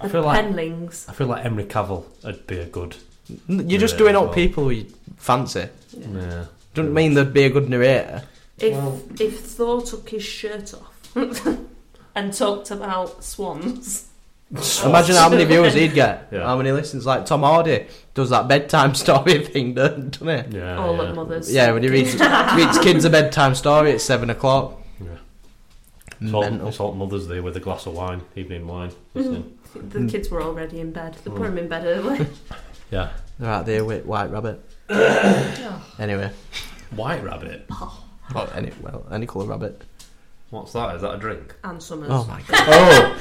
S2: I
S4: The
S2: feel like-
S4: penlings.
S2: I feel like Emery Cavill would be a good.
S1: You're just
S2: Yeah,
S1: doing up
S2: well.
S1: people you fancy.
S2: Yeah.
S1: Doesn't mean they'd be a good narrator.
S4: If
S5: Well-
S4: if Thor took his shirt off and talked about swans,
S2: Oh.
S1: Imagine how many viewers he'd get.
S2: Yeah.
S1: How many listens? Like Tom Hardy does that bedtime story thing, doesn't doesn't he?
S2: Yeah.
S4: all
S2: yeah.
S4: at Oh, mothers.
S1: Yeah, when he reads, reads kids a bedtime story at seven o'clock.
S2: Yeah. It's all,
S1: Mental.
S2: it's all mothers there with a glass of wine, evening wine. listening.
S1: Mm.
S4: The kids were already in bed. They put him in bed early.
S2: Yeah.
S1: They're out there with White Rabbit. anyway,
S2: White rabbit.
S1: well, any well, any colour rabbit.
S2: What's that? Is that a drink?
S4: and Summers.
S1: Oh my god!
S2: oh,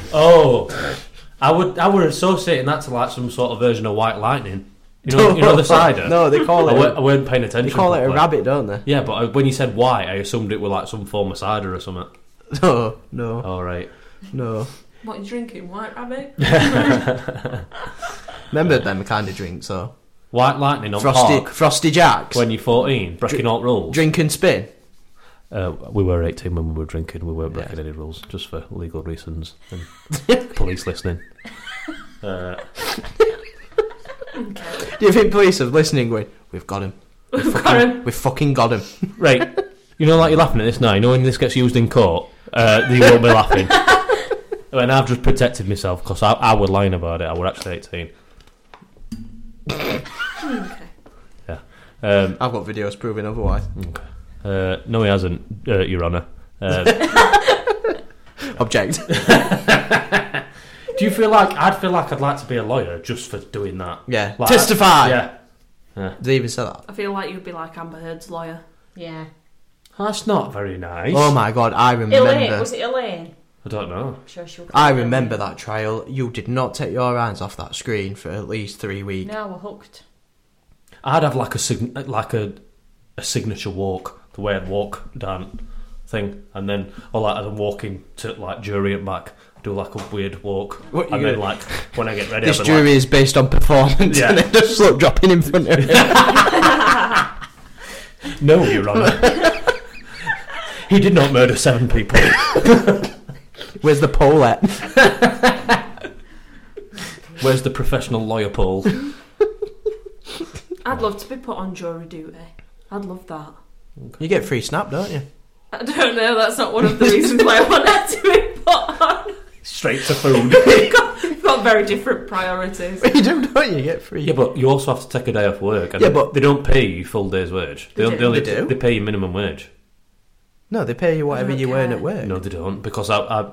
S2: oh. I would I were associating that to like some sort of version of white lightning. You know, you know the cider.
S1: No, they
S2: I,
S1: call it.
S2: weren't, I weren't paying
S1: they
S2: attention.
S1: call it a
S2: properly.
S1: rabbit, don't they?
S2: Yeah, but I, when you said white, I assumed it were like some form of cider or something.
S1: No, no,
S2: All right.
S1: no.
S4: What are you drinking, White Rabbit?
S1: Remember them kind of drinks though.
S2: White lightning on
S1: Frosty,
S2: park
S1: Frosty Jacks.
S2: when you're 14, breaking all rules.
S1: Drink and spin.
S2: Uh, we were 18 when we were drinking. We weren't breaking any rules, just for legal reasons and police listening. Uh,
S1: Do you think police are listening? Going, we've got him.
S4: We've got him.
S1: We've fucking got him.
S2: right. You know, like you're laughing at this now. You know, when this gets used in court, uh, you won't be laughing. and I've just protected myself because I, I were lying about it. I were actually 18.
S4: Okay.
S2: Yeah. Um,
S1: I've got videos proving otherwise.
S2: uh, no, he hasn't, uh, Your Honour. Um,
S1: Object.
S2: Do you feel like I'd feel like I'd like to be a lawyer just for doing that?
S1: Yeah.
S2: Like,
S1: Testify.
S2: Yeah,
S1: Did they even say that?
S4: I feel like you'd be like Amber Heard's lawyer.
S3: Yeah.
S2: that's not very nice.
S1: Oh my god! I
S3: Elaine,
S1: remember.
S3: was it Elaine?
S2: I don't know.
S3: I'm sure she'll.
S1: I remember that trial. You did not take your hands off that screen for at least three weeks.
S3: No, we're hooked.
S2: I'd have like a sign- like a a signature walk, the way I'd walk down thing, and then or like I'm walking to like jury and back, do like a weird walk,
S1: What you
S2: and then
S1: gonna-
S2: like when I get ready,
S1: this
S2: I'd be
S1: jury
S2: like,
S1: is based on performance,
S2: Yeah.
S1: and it just look dropping in front of me.
S2: no, Your Honour. He did not murder seven people.
S1: Where's the pole at?
S2: Where's the professional lawyer pool?
S4: I'd love to be put on jury duty. I'd love that.
S1: You get free snap, don't you?
S4: I don't know. That's not one of the reasons why I wanted to be put on.
S2: Straight to food.
S4: We've got, we've got very different priorities.
S1: You do, don't you? You get free.
S2: Yeah, but you also have to take a day off work. And
S1: Yeah,
S2: they-
S1: but-
S2: they don't pay you full day's wage. They,
S4: They
S2: don't-
S4: do.
S2: they only
S1: They do.
S2: they pay you minimum wage.
S1: no, they pay you whatever you earn at work.
S2: No, they don't because I, I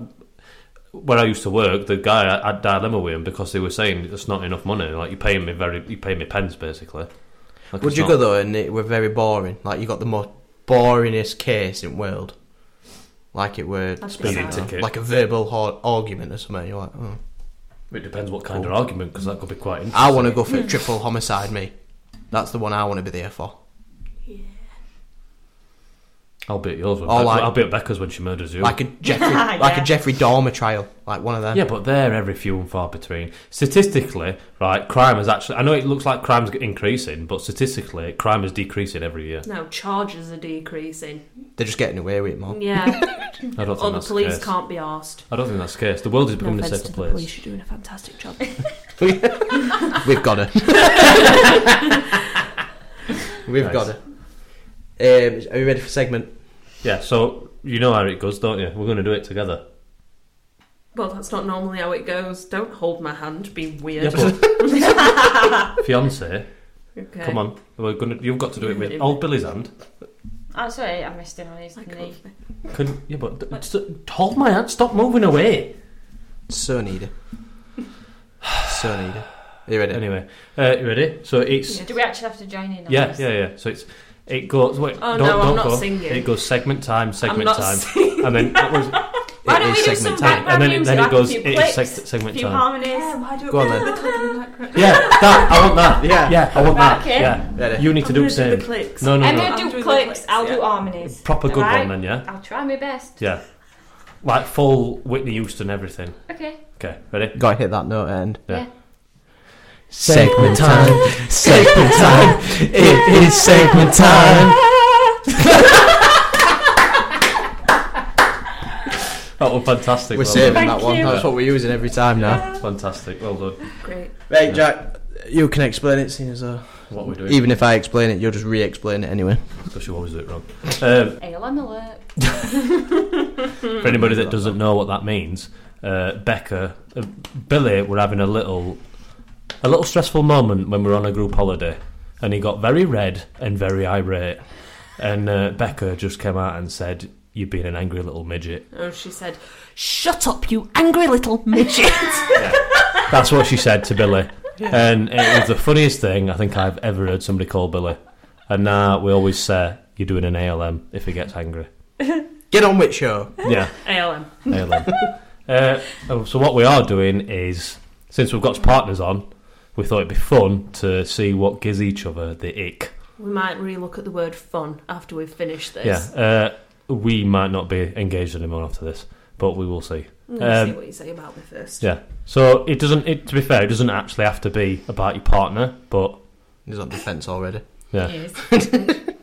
S2: when I used to work, the guy I had dilemma with him because they were saying it's not enough money. Like you're paying me very, you pay me pence basically. Like,
S1: Would
S2: it's
S1: you
S2: not-
S1: go though? And it were very boring. Like you got the most boringest case in world. Like it were
S4: That's
S1: you
S2: Speeding
S1: know,
S2: ticket.
S1: like a verbal ho- argument or something. You're like, oh.
S2: It depends what kind of argument because that could be quite. Interesting.
S1: I want to go for a triple homicide. Me, that's the one I want to be there for.
S2: I'll be at yours. When
S1: Or
S2: Beck-
S1: like-
S2: I'll be at Becca's when she murders you.
S1: Like a Jeffrey, like a Jeffrey Dahmer trial, like one of them.
S2: yeah, but they're every few and far between. Statistically, right, crime is actually. I know it looks like crime's increasing, but statistically, crime is decreasing every year.
S4: No, charges are decreasing.
S1: They're just getting away with it more.
S4: Yeah,
S2: I don't think
S4: or Mm. the
S2: that's the
S4: police
S2: case.
S4: can't be asked.
S2: I don't think that's the case. The world is becoming a
S4: offence
S2: safer
S4: to the
S2: place.
S4: police, you're doing a fantastic job.
S1: We've got her. We've
S2: Nice.
S1: got her. Um, are you ready for segment?
S2: Yeah, so you know how it goes, don't you? We're going to do it together.
S4: well, that's not normally how it goes. Don't hold my hand. Be weird.
S2: Yeah, but fiance,
S4: okay.
S2: come on, we're going to. You've got to do it with old Billy's hand.
S3: Oh, sorry, I missed it on his
S4: I
S3: knee.
S4: can't-
S2: Can yeah, but st- hold my hand. Stop moving away.
S1: So needed. So needed. Are you ready?
S2: Anyway, uh, you ready? So it's
S4: Yeah.
S3: Do we actually have to join in? on
S2: yeah,
S3: this?
S2: yeah, yeah. So it's it goes. Wait,
S4: Oh,
S2: don't,
S4: no, I'm
S2: don't
S4: not
S2: go.
S4: singing.
S2: It goes segment time, segment
S4: not
S2: time,
S4: singing.
S2: and then that was,
S3: Why
S1: It is
S3: don't we do some
S1: segment time.
S3: background
S2: and then it,
S3: music?
S2: then it
S3: like
S2: goes.
S3: A few
S2: It
S3: clicks,
S2: is seg-
S3: a
S2: segment
S3: few
S2: time.
S4: Yeah,
S3: harmonies.
S4: why do
S1: Go on then.
S2: Yeah, that I want that.
S1: Yeah.
S2: yeah, I want that.
S3: Okay.
S2: Yeah,
S1: Ready?
S2: you need to
S4: I'm
S2: do
S4: gonna
S2: the same.
S4: the clicks.
S2: No, no,
S3: I'm
S2: no.
S3: gonna do
S4: I'll do the
S3: clicks.
S4: clicks,
S3: I'll do
S4: yeah.
S3: harmonies.
S2: Proper good
S3: Alright?
S2: one then, yeah.
S3: I'll try my best.
S2: Yeah. Like full Whitney Houston, everything.
S3: Okay.
S2: Okay, ready?
S1: Gotta hit that note end.
S2: Yeah.
S1: Segment time. Segment time. It is segment time.
S2: That was fantastic.
S1: We're
S2: Oh, well
S1: saving
S2: done.
S1: that one.
S3: you.
S1: That's what we're using every time now.
S2: Fantastic. Well done.
S4: Great.
S1: Right, Jack, you can explain it, seeing as uh, though
S2: what we're doing.
S1: Even if I explain it, you'll just re-explain it anyway.
S2: because you always do it wrong. Um,
S3: ALM alert.
S2: for anybody that doesn't know what that means, uh, Becca, uh, Billy were having a little, a little stressful moment when we were on a group holiday, and he got very red and very irate, and uh, Becca just came out and said, "You've been an angry little midget."
S4: Oh, she said, "Shut up, you angry little midget."
S2: That's what she said to Billy, and it was the funniest thing I think I've ever heard somebody call Billy. And now we always say, "You're doing an ALM" if he gets angry.
S1: Get on with show.
S2: Yeah.
S4: ALM.
S2: Nail on. uh, oh, so what we are doing is, since we've got partners on, we thought it'd be fun to see what gives each other the ick.
S4: We might relook at the word fun after we've finished this.
S2: Yeah, uh, we might not be engaged anymore after this, but we will see.
S4: I'm gonna see
S2: Um,
S4: what you say about me first.
S2: Yeah. So it doesn't. It, to be fair, it doesn't actually have to be about your partner, but
S1: He's on defence already.
S2: yeah.
S3: Yes.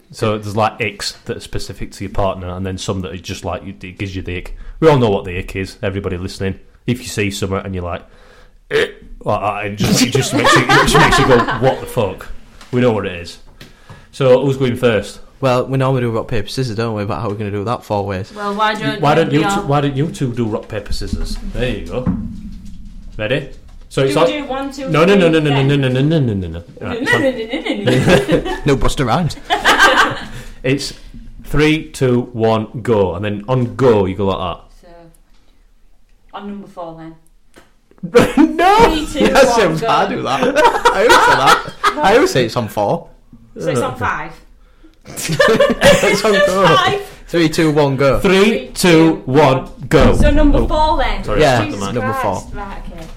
S2: So there's like icks that are specific to your partner, and then some that are just like it gives you the ick. We all know what the ick is. Everybody listening, if you see somewhere and you're like, "Eh," like that, it just it just makes you it just makes you go, what the fuck? We know what it is. So who's going first?
S1: Well, we normally do rock paper scissors, don't we? About how we're going to do that four ways.
S4: Well, why don't
S2: why don't
S4: we
S2: you
S4: all-
S2: two, why don't you two do rock paper scissors? There you go. Ready? So it's
S3: Do we
S2: like
S3: do one, two,
S2: no no no no
S3: three,
S2: no no
S3: then?
S2: no no no no no no no. Right,
S3: No,
S2: so
S3: no, no, no, no, no.
S1: No Buster Rhymes.
S2: It's three two one go, and then on go you go like
S3: So, on number four then.
S1: no.
S3: Three, two,
S1: Yes,
S3: one,
S1: it was-
S3: go.
S1: I do that. I always say that. I always say it's on four.
S3: So it's on five.
S1: it's on go. Three, two, one, go.
S2: Three, two, one, go.
S3: So number
S2: Oh,
S3: four then.
S2: sorry,
S1: Yeah,
S3: Jesus
S2: that's
S1: number
S3: Christ.
S1: four.
S3: Right, okay.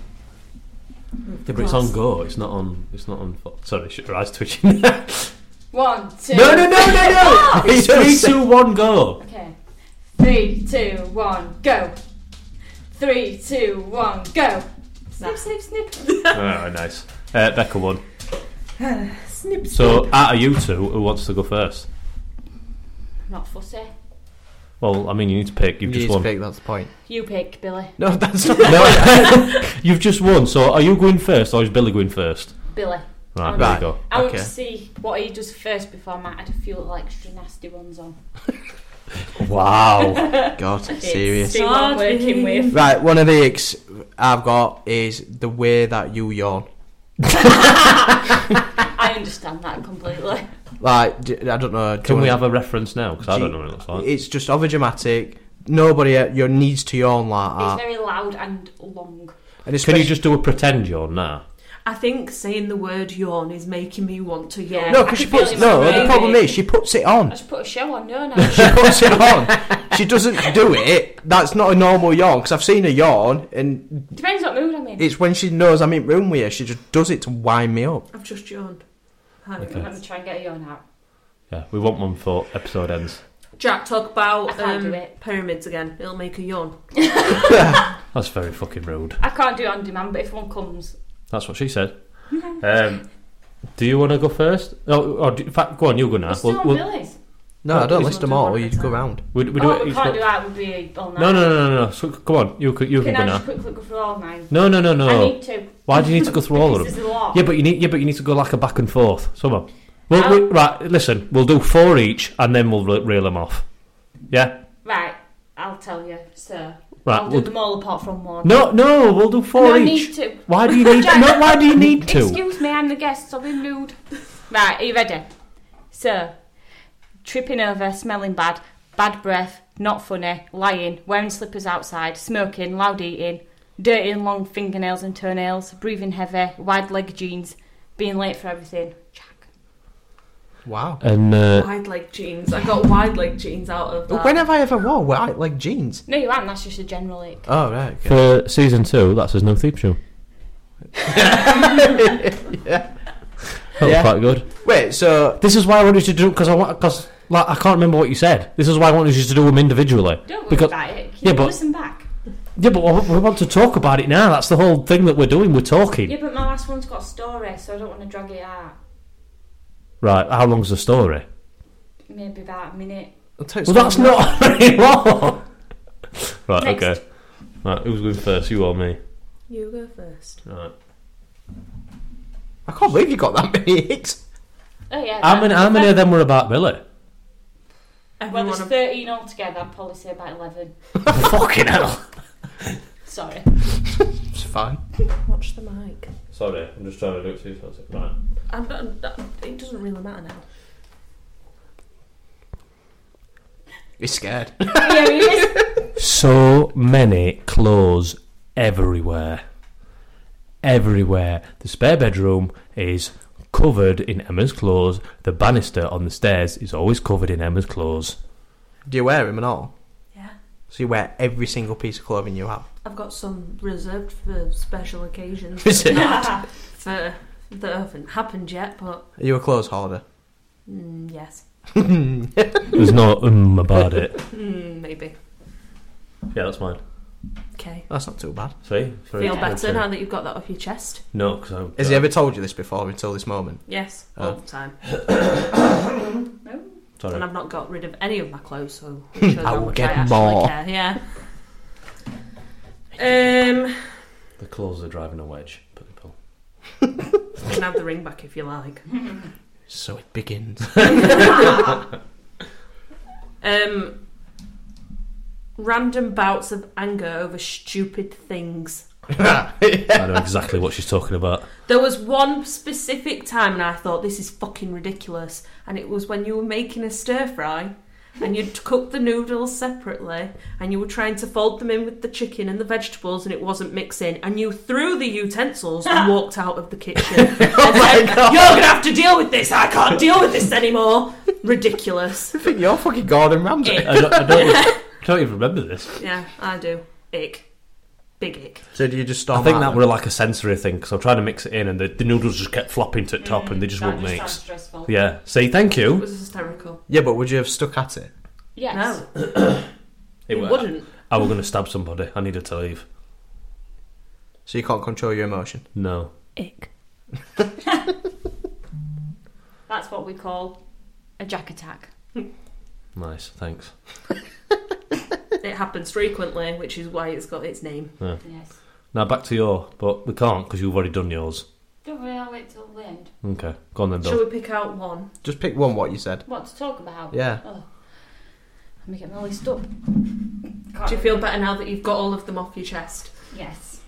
S2: Yeah, but it's on go. It's not on. It's not on. fo- Sorry, shit, your eyes twitching.
S3: One, two.
S1: No, no, no, no, no.
S2: it's three, two, one, go.
S3: Okay. Three, two, one, go. Three, two, one, go. Snip, snip, snip.
S2: oh, nice. Uh, Becca won. So out of you two, who wants to go first?
S3: Not fussy.
S2: Well, I mean, you need to pick. You've
S1: You need
S2: just
S1: to
S2: won.
S1: pick, that's the point.
S3: You pick, Billy.
S1: No, that's not.
S2: No, you've just won. So are you going first, or is Billy going first?
S3: Billy.
S2: Right,
S3: I'm
S2: there you
S1: right.
S2: go.
S3: I want to
S1: Okay.
S3: see what he does first before I might add a few little extra nasty ones on.
S2: Wow.
S1: God, serious.
S3: See what I'm working with.
S1: Right, one of the icks I've got is the way that you yawn.
S3: I understand that completely.
S1: Like, d- I don't know. do
S2: Can
S1: you
S2: we
S1: wanna-
S2: have a reference now? Because I don't know what it looks like.
S1: It's just over dramatic. Nobody uh, you needs to yawn like that.
S3: It's very loud and long.
S1: and
S2: Can you
S1: especially-
S2: just do a pretend yawn now?
S4: I think saying the word yawn is making me want to yawn.
S3: Yeah.
S1: No,
S3: I
S1: because she
S3: can feel
S1: puts.
S3: it in
S1: No,
S3: my
S1: the
S3: brain.
S1: problem is she puts it
S3: I
S1: on.
S3: just put a show on, don't
S1: She
S3: I?
S1: puts it on. She doesn't do it. That's not a normal yawn because I've seen her yawn, and
S3: Depends what mood I'm in.
S1: it's when she knows I'm in room with her. She just does it to wind me up.
S4: I've just yawned.
S2: Okay.
S3: Let me try and get a yawn out.
S2: Yeah, we want one for episode ends.
S4: Jack, talk
S3: I
S4: about
S3: can't do
S4: um,
S3: it.
S4: pyramids again. It'll make a yawn.
S2: That's very fucking rude.
S3: I can't do it on demand, but if one comes,
S2: That's what she said. um, do you want to go first? Oh, or do, in fact, go on. You go now.
S3: it's still
S2: Ah. We'll-
S3: on
S2: we'll-
S3: Billy's.
S1: No, I
S2: Well,
S1: don't
S2: we
S1: list
S4: just
S1: them
S4: do
S1: all.
S4: one
S1: You
S4: at a
S1: go
S4: time.
S1: round.
S2: we, we do
S3: oh,
S2: it.
S3: we
S2: each
S3: can't
S2: one.
S3: do that. Would be all night.
S2: no, no, no, no, no. So, come on. You can, you can,
S3: Can I
S2: go now.
S3: just quickly go through all mine?
S2: No, no, no,
S3: I
S2: no.
S3: need to.
S2: Why do you need to go through all of
S3: This
S2: them?
S3: is a lot.
S2: Yeah, but you need. Yeah, but you need to go like a back and forth. Come on. Well,
S3: How-
S2: we, right. Listen, we'll do four each, and then we'll re- reel them off. Yeah.
S3: Right, I'll tell you, sir.
S2: Right.
S3: I'll do
S2: we'll-
S3: them all apart from one.
S2: no, no. We'll do
S3: No,
S2: four
S3: I
S2: each.
S3: need to.
S2: Why do you need?
S3: Jack-
S2: no. Why do you need to?
S3: Excuse me, I'm the guest, so be rude. Right, are you ready? Sir, tripping over, smelling bad, bad breath, not funny, lying, wearing slippers outside, smoking, loud eating, dirty and long fingernails and toenails, breathing heavy, wide leg jeans, being late for everything. Jack.
S1: Wow.
S2: And uh,
S4: Wide leg jeans. I got wide leg jeans out of that.
S1: When have I ever worn white like jeans?
S3: No, you aren't, that's just a general ache.
S2: Uh,
S1: Oh right. Okay.
S2: for season two, that's his new theme show. That was
S1: Yeah.
S2: quite good.
S1: Wait. So
S2: This is why I wanted you to do because I want because like I can't remember what you said. This is why I wanted you to do them individually.
S3: Don't worry
S2: Because-
S3: about it. Can
S2: yeah,
S3: you
S2: but-
S3: listen back?
S2: Yeah, but we- we want to talk about it now. That's the whole thing that we're doing. We're talking.
S3: Yeah, but my last one's got a story, so I don't want to drag it out.
S2: Right? How long's the story?
S3: Maybe about a minute.
S1: I'll tell you
S2: Well, that's
S1: something.
S2: not very long. right.
S3: Next. Uh,
S2: Okay. Right. Who's going first? You or me?
S4: You go first.
S2: Right.
S1: I can't believe you got that many hits.
S3: Oh yeah.
S2: How many, how many of them were about Billy?
S3: Well,
S4: Everyone
S3: there's 13 altogether. I'd probably say about 11.
S2: Fucking hell.
S3: Sorry.
S1: It's fine.
S4: watch the mic.
S2: Sorry, I'm just trying to do it too fast. Right.
S4: I'm, I'm, it doesn't really matter now.
S1: He's scared.
S3: yeah, he is.
S2: So many clothes everywhere. Everywhere. The spare bedroom is covered in Emma's clothes. The banister on the stairs is always covered in Emma's clothes.
S1: Do you wear him and all?
S4: Yeah,
S1: So you wear every single piece of clothing you have.
S4: I've got some reserved for special occasions.
S1: Is it?
S4: for that haven't happened yet, but
S1: Are you a clothes hoarder?
S4: mm, yes,
S2: There's no um about it.
S4: mm, maybe.
S2: Yeah, that's mine.
S4: Okay,
S1: That's not too bad.
S2: See? Very
S4: feel better
S2: complimentary.
S4: now that you've got that off your chest.
S2: No, because I'm.
S1: Has he ever told you this before until this moment?
S4: Yes,
S1: Oh.
S4: all the time, and
S2: Sorry.
S4: I've not got rid of any of my clothes, so it shows
S1: I
S4: how
S1: will
S4: much
S1: get
S4: I actually
S1: more.
S4: Care. Yeah. Um,
S2: The clothes are driving a wedge. People.
S4: you can have the ring back if you like.
S1: So it begins.
S4: Um, random bouts of anger over stupid things.
S2: I know exactly what she's talking about.
S4: There was one specific time, and I thought this is fucking ridiculous. And it was when you were making a stir fry, and you'd cook the noodles separately, and you were trying to fold them in with the chicken and the vegetables, and it wasn't mixing. And you threw the utensils and walked out of the kitchen. And said, You're gonna have to deal with this. I can't deal with this anymore. Ridiculous.
S1: I think you're fucking Gordon Ramsay.
S4: Ick.
S2: I don't, I don't, I don't even remember this.
S4: Yeah, I do. Ick. Big ick.
S1: So do you just storm
S2: I think
S1: out
S2: that were like a sensory thing because I'm trying to mix it in and the, the noodles just kept flopping to the top and they just
S3: Mm, That
S2: wouldn't
S3: just
S2: mix.
S3: sounds stressful.
S2: Yeah. See, thank
S4: It
S2: you.
S4: was hysterical.
S1: Yeah, but would you have stuck at it?
S3: Yes.
S4: No,
S2: It
S4: it
S2: were-
S4: wouldn't.
S2: I was going to stab somebody. I needed to leave.
S1: So you can't control your emotion.
S2: No.
S4: Ick.
S3: That's what we call a jack attack.
S2: Nice. Thanks.
S4: It happens frequently, which is why it's got its name.
S3: Yes.
S2: Now back to your, but we can't because you've already done yours.
S3: Don't worry, I'll wait till the end.
S2: Okay. Go on then, Bill.
S4: Shall we pick out one?
S1: Just pick one. What you said.
S3: What to talk about?
S1: Yeah.
S3: Oh. Let me get my list up. Can't
S4: Do you feel
S3: remember.
S4: better now that you've got all of them off your chest?
S3: Yes.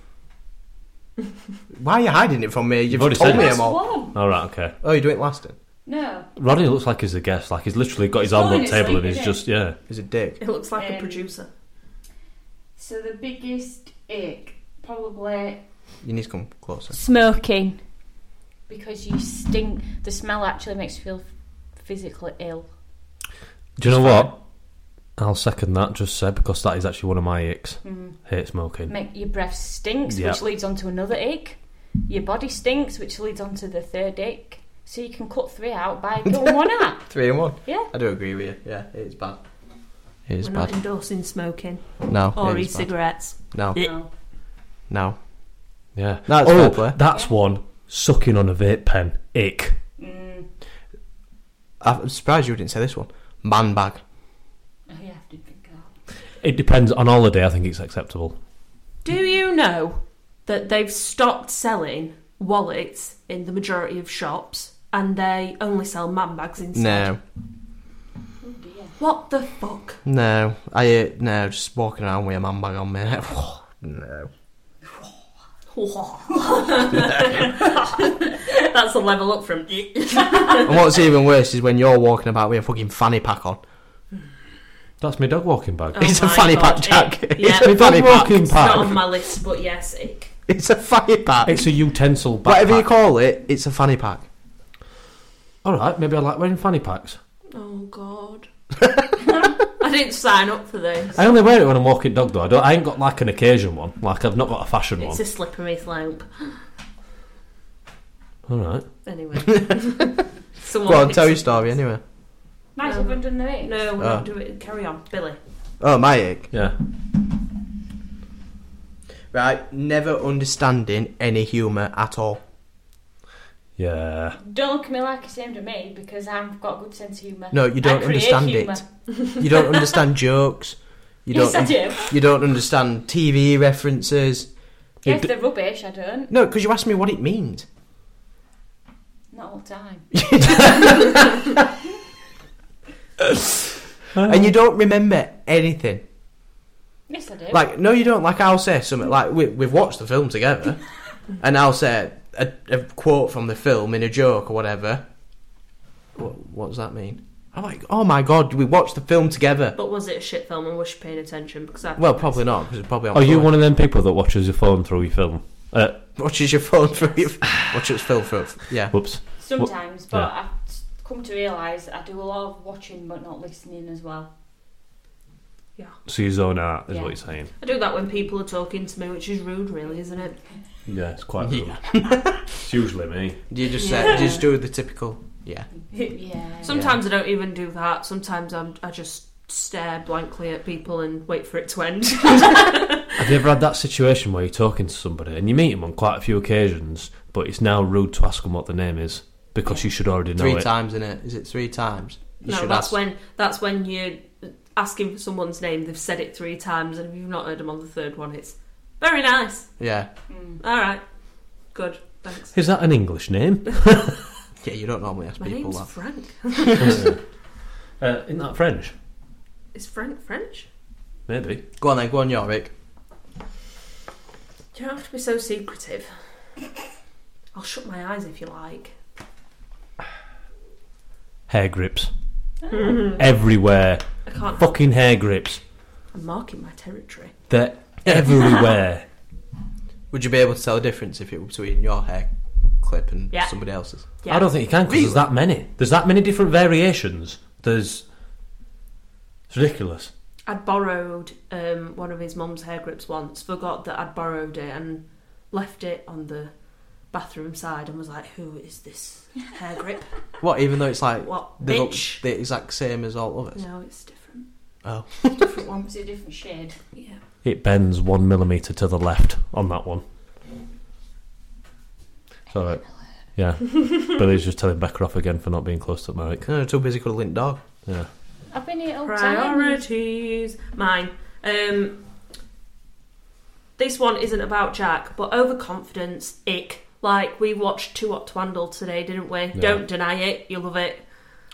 S1: Why are you hiding it from me? You've,
S2: You've already
S1: told
S2: said
S1: me
S2: it.
S1: them
S3: That's
S1: all.
S3: one.
S2: All right. Okay.
S1: Oh, you're doing it last then?
S3: No.
S2: Roddy looks like he's a guest. Like he's literally got his
S3: He's
S2: arm on the
S3: falling
S2: table and
S3: asleep,
S2: he's
S3: isn't
S2: just yeah.
S1: Is it dick?
S4: It looks like a
S3: Um,
S4: producer.
S3: So the biggest ick, probably
S1: You need to come closer.
S3: smoking, because you stink. The smell actually makes you feel physically ill.
S2: Do you know what? I'll second that. Just said because that is actually one of my icks.
S3: Mm.
S2: Hate smoking.
S3: Make your breath stinks,
S2: Yeah.
S3: which leads on to another ick. Your body stinks, which leads on to the third ick. So you can cut three out by putting one out.
S1: Three and one.
S3: Yeah.
S1: I do agree with you. Yeah, it's bad. It is
S4: We're
S1: bad.
S4: not endorsing smoking
S1: No.
S4: or
S1: it is bad.
S4: e-cigarettes.
S1: No.
S3: No.
S1: No.
S2: Yeah.
S1: That's
S2: oh,
S1: fair play.
S2: that's one. Sucking on a vape pen. Ick.
S3: Mm.
S1: I'm surprised you didn't say this one. Man bag.
S3: Oh, yeah, I did think of that.
S2: It depends. On holiday, I think it's acceptable.
S4: Do you know that they've stopped selling wallets in the majority of shops and they only sell man bags instead?
S1: No.
S3: Oh, dear.
S4: What the fuck?
S1: No. I uh, no. Just walking around with a man bag on me. no.
S4: That's a level up from.
S1: And what's even worse is when you're walking about with a fucking fanny pack on.
S2: That's my dog walking bag.
S4: Oh
S1: It's a
S4: my
S1: fanny
S4: God,
S1: pack, Jack.
S4: ick.
S1: It's
S4: Yeah.
S1: a fanny
S2: Dog
S1: pack.
S2: walking
S4: It's not on
S2: pack.
S4: my list, but yes, ick.
S1: It's a fanny pack.
S2: It's a utensil backpack.
S1: Whatever you call it, it's a fanny pack.
S2: All right, maybe I like wearing fanny packs.
S4: Oh God. I didn't sign up for this.
S2: I only wear it when I'm walking dog though. I, don't, I ain't got like an occasion one. Like I've not got a fashion
S4: It's
S2: one.
S4: a slippery slope.
S2: All right.
S4: Anyway. Someone
S1: Go on,
S4: picks
S1: tell
S4: it.
S1: your story anyway.
S3: Might
S4: No.
S3: have done the ick.
S4: No, we're
S1: Oh.
S4: not doing it. Carry on, Billy.
S1: Oh, my ick.
S2: Yeah.
S1: Right, never understanding any humour at all.
S2: Yeah.
S3: Don't look at me like the same to me because I've got a good sense of humour.
S1: No, you
S3: I
S1: don't
S3: create
S1: understand
S3: humour.
S1: it. You don't understand jokes. You
S3: yes,
S1: don't.
S3: I do.
S1: You don't understand TV references.
S2: You
S3: If
S2: d-
S3: they're rubbish, I don't.
S1: No, because you asked me what it means.
S3: Not all the time.
S2: Uh,
S1: and you
S3: Um.
S1: don't remember anything.
S3: Yes, I do.
S1: Like, no, you don't. Like, I'll say something. Like, we, we've watched the film together, and I'll say a, a quote from the film in a joke or whatever. What, what does that mean? I'm like, oh my god, we watched the film together.
S4: But was it a shit film and was she paying attention? Because I
S1: Well, probably not because it's probably on.
S2: Are Oh, you
S1: phone.
S2: one of them people that watches your phone through your film? Uh,
S1: watches your phone through? Your, watches film through? Yeah.
S2: whoops.
S3: Sometimes, but I've come to realise I do a lot of watching but not listening as well.
S2: So you zone out, is
S3: Yeah.
S2: what you're saying.
S4: I do that when people are talking to me, which is rude, really, isn't it?
S2: Yeah, it's quite
S1: rude.
S2: it's usually me.
S1: Do you just say?
S4: Yeah.
S1: Do you just do the typical? Yeah.
S3: yeah.
S4: Sometimes I don't even do that. Sometimes I'm, I just stare blankly at people and wait for it to end.
S2: Have you ever had that situation where you're talking to somebody and you meet them on quite a few occasions, but it's now rude to ask them what the name is because you should already know
S1: Three
S2: it?
S1: times in it. Is it three times? You
S4: no,
S1: should
S4: that's
S1: ask.
S4: when that's when you're asking for someone's name. They've said it three times, and if you've not heard them on the third one, it's very nice.
S1: Yeah.
S3: mm.
S4: All right, good, thanks.
S2: Is that an English name?
S1: Yeah. You don't normally ask
S4: My
S1: people
S4: name's
S1: that.
S4: Frank.
S2: uh, isn't that French?
S4: Is Frank French?
S2: Maybe.
S1: Go on then. Go on, Yorick.
S4: You don't have to be so secretive. I'll shut my eyes if you like.
S2: Hair grips. Everywhere.
S4: I can't.
S2: Fucking hair grips.
S4: I'm marking my territory.
S2: They're everywhere.
S1: Would you be able to tell the difference if it was between your hair clip and
S4: Yeah.
S1: somebody else's?
S4: Yeah.
S2: I don't think you can because
S1: Really?
S2: there's that many. There's that many different variations. There's. It's ridiculous.
S4: I borrowed um, one of his mum's hair grips once, forgot that I'd borrowed it and left it on the bathroom side and was like, Who is this hair grip?
S1: What? Even though it's like
S4: What
S1: they look
S4: bitch?
S1: the exact same as all others.
S4: No, it's different.
S1: Oh.
S4: different one.
S3: It's a different shade.
S4: Yeah.
S2: It bends one millimetre to the left on that one. It's alright. Yeah. Billy's just telling Becker off again for not being close to the mic.
S1: No, too busy called a lint dog.
S2: Yeah.
S3: I've been
S4: Oh,
S3: here all the time.
S4: Priorities. Mine. Um, this one isn't about Jack, but overconfidence, ick. Like, we watched Too Hot to Handle today, didn't we? Don't deny it, you love it.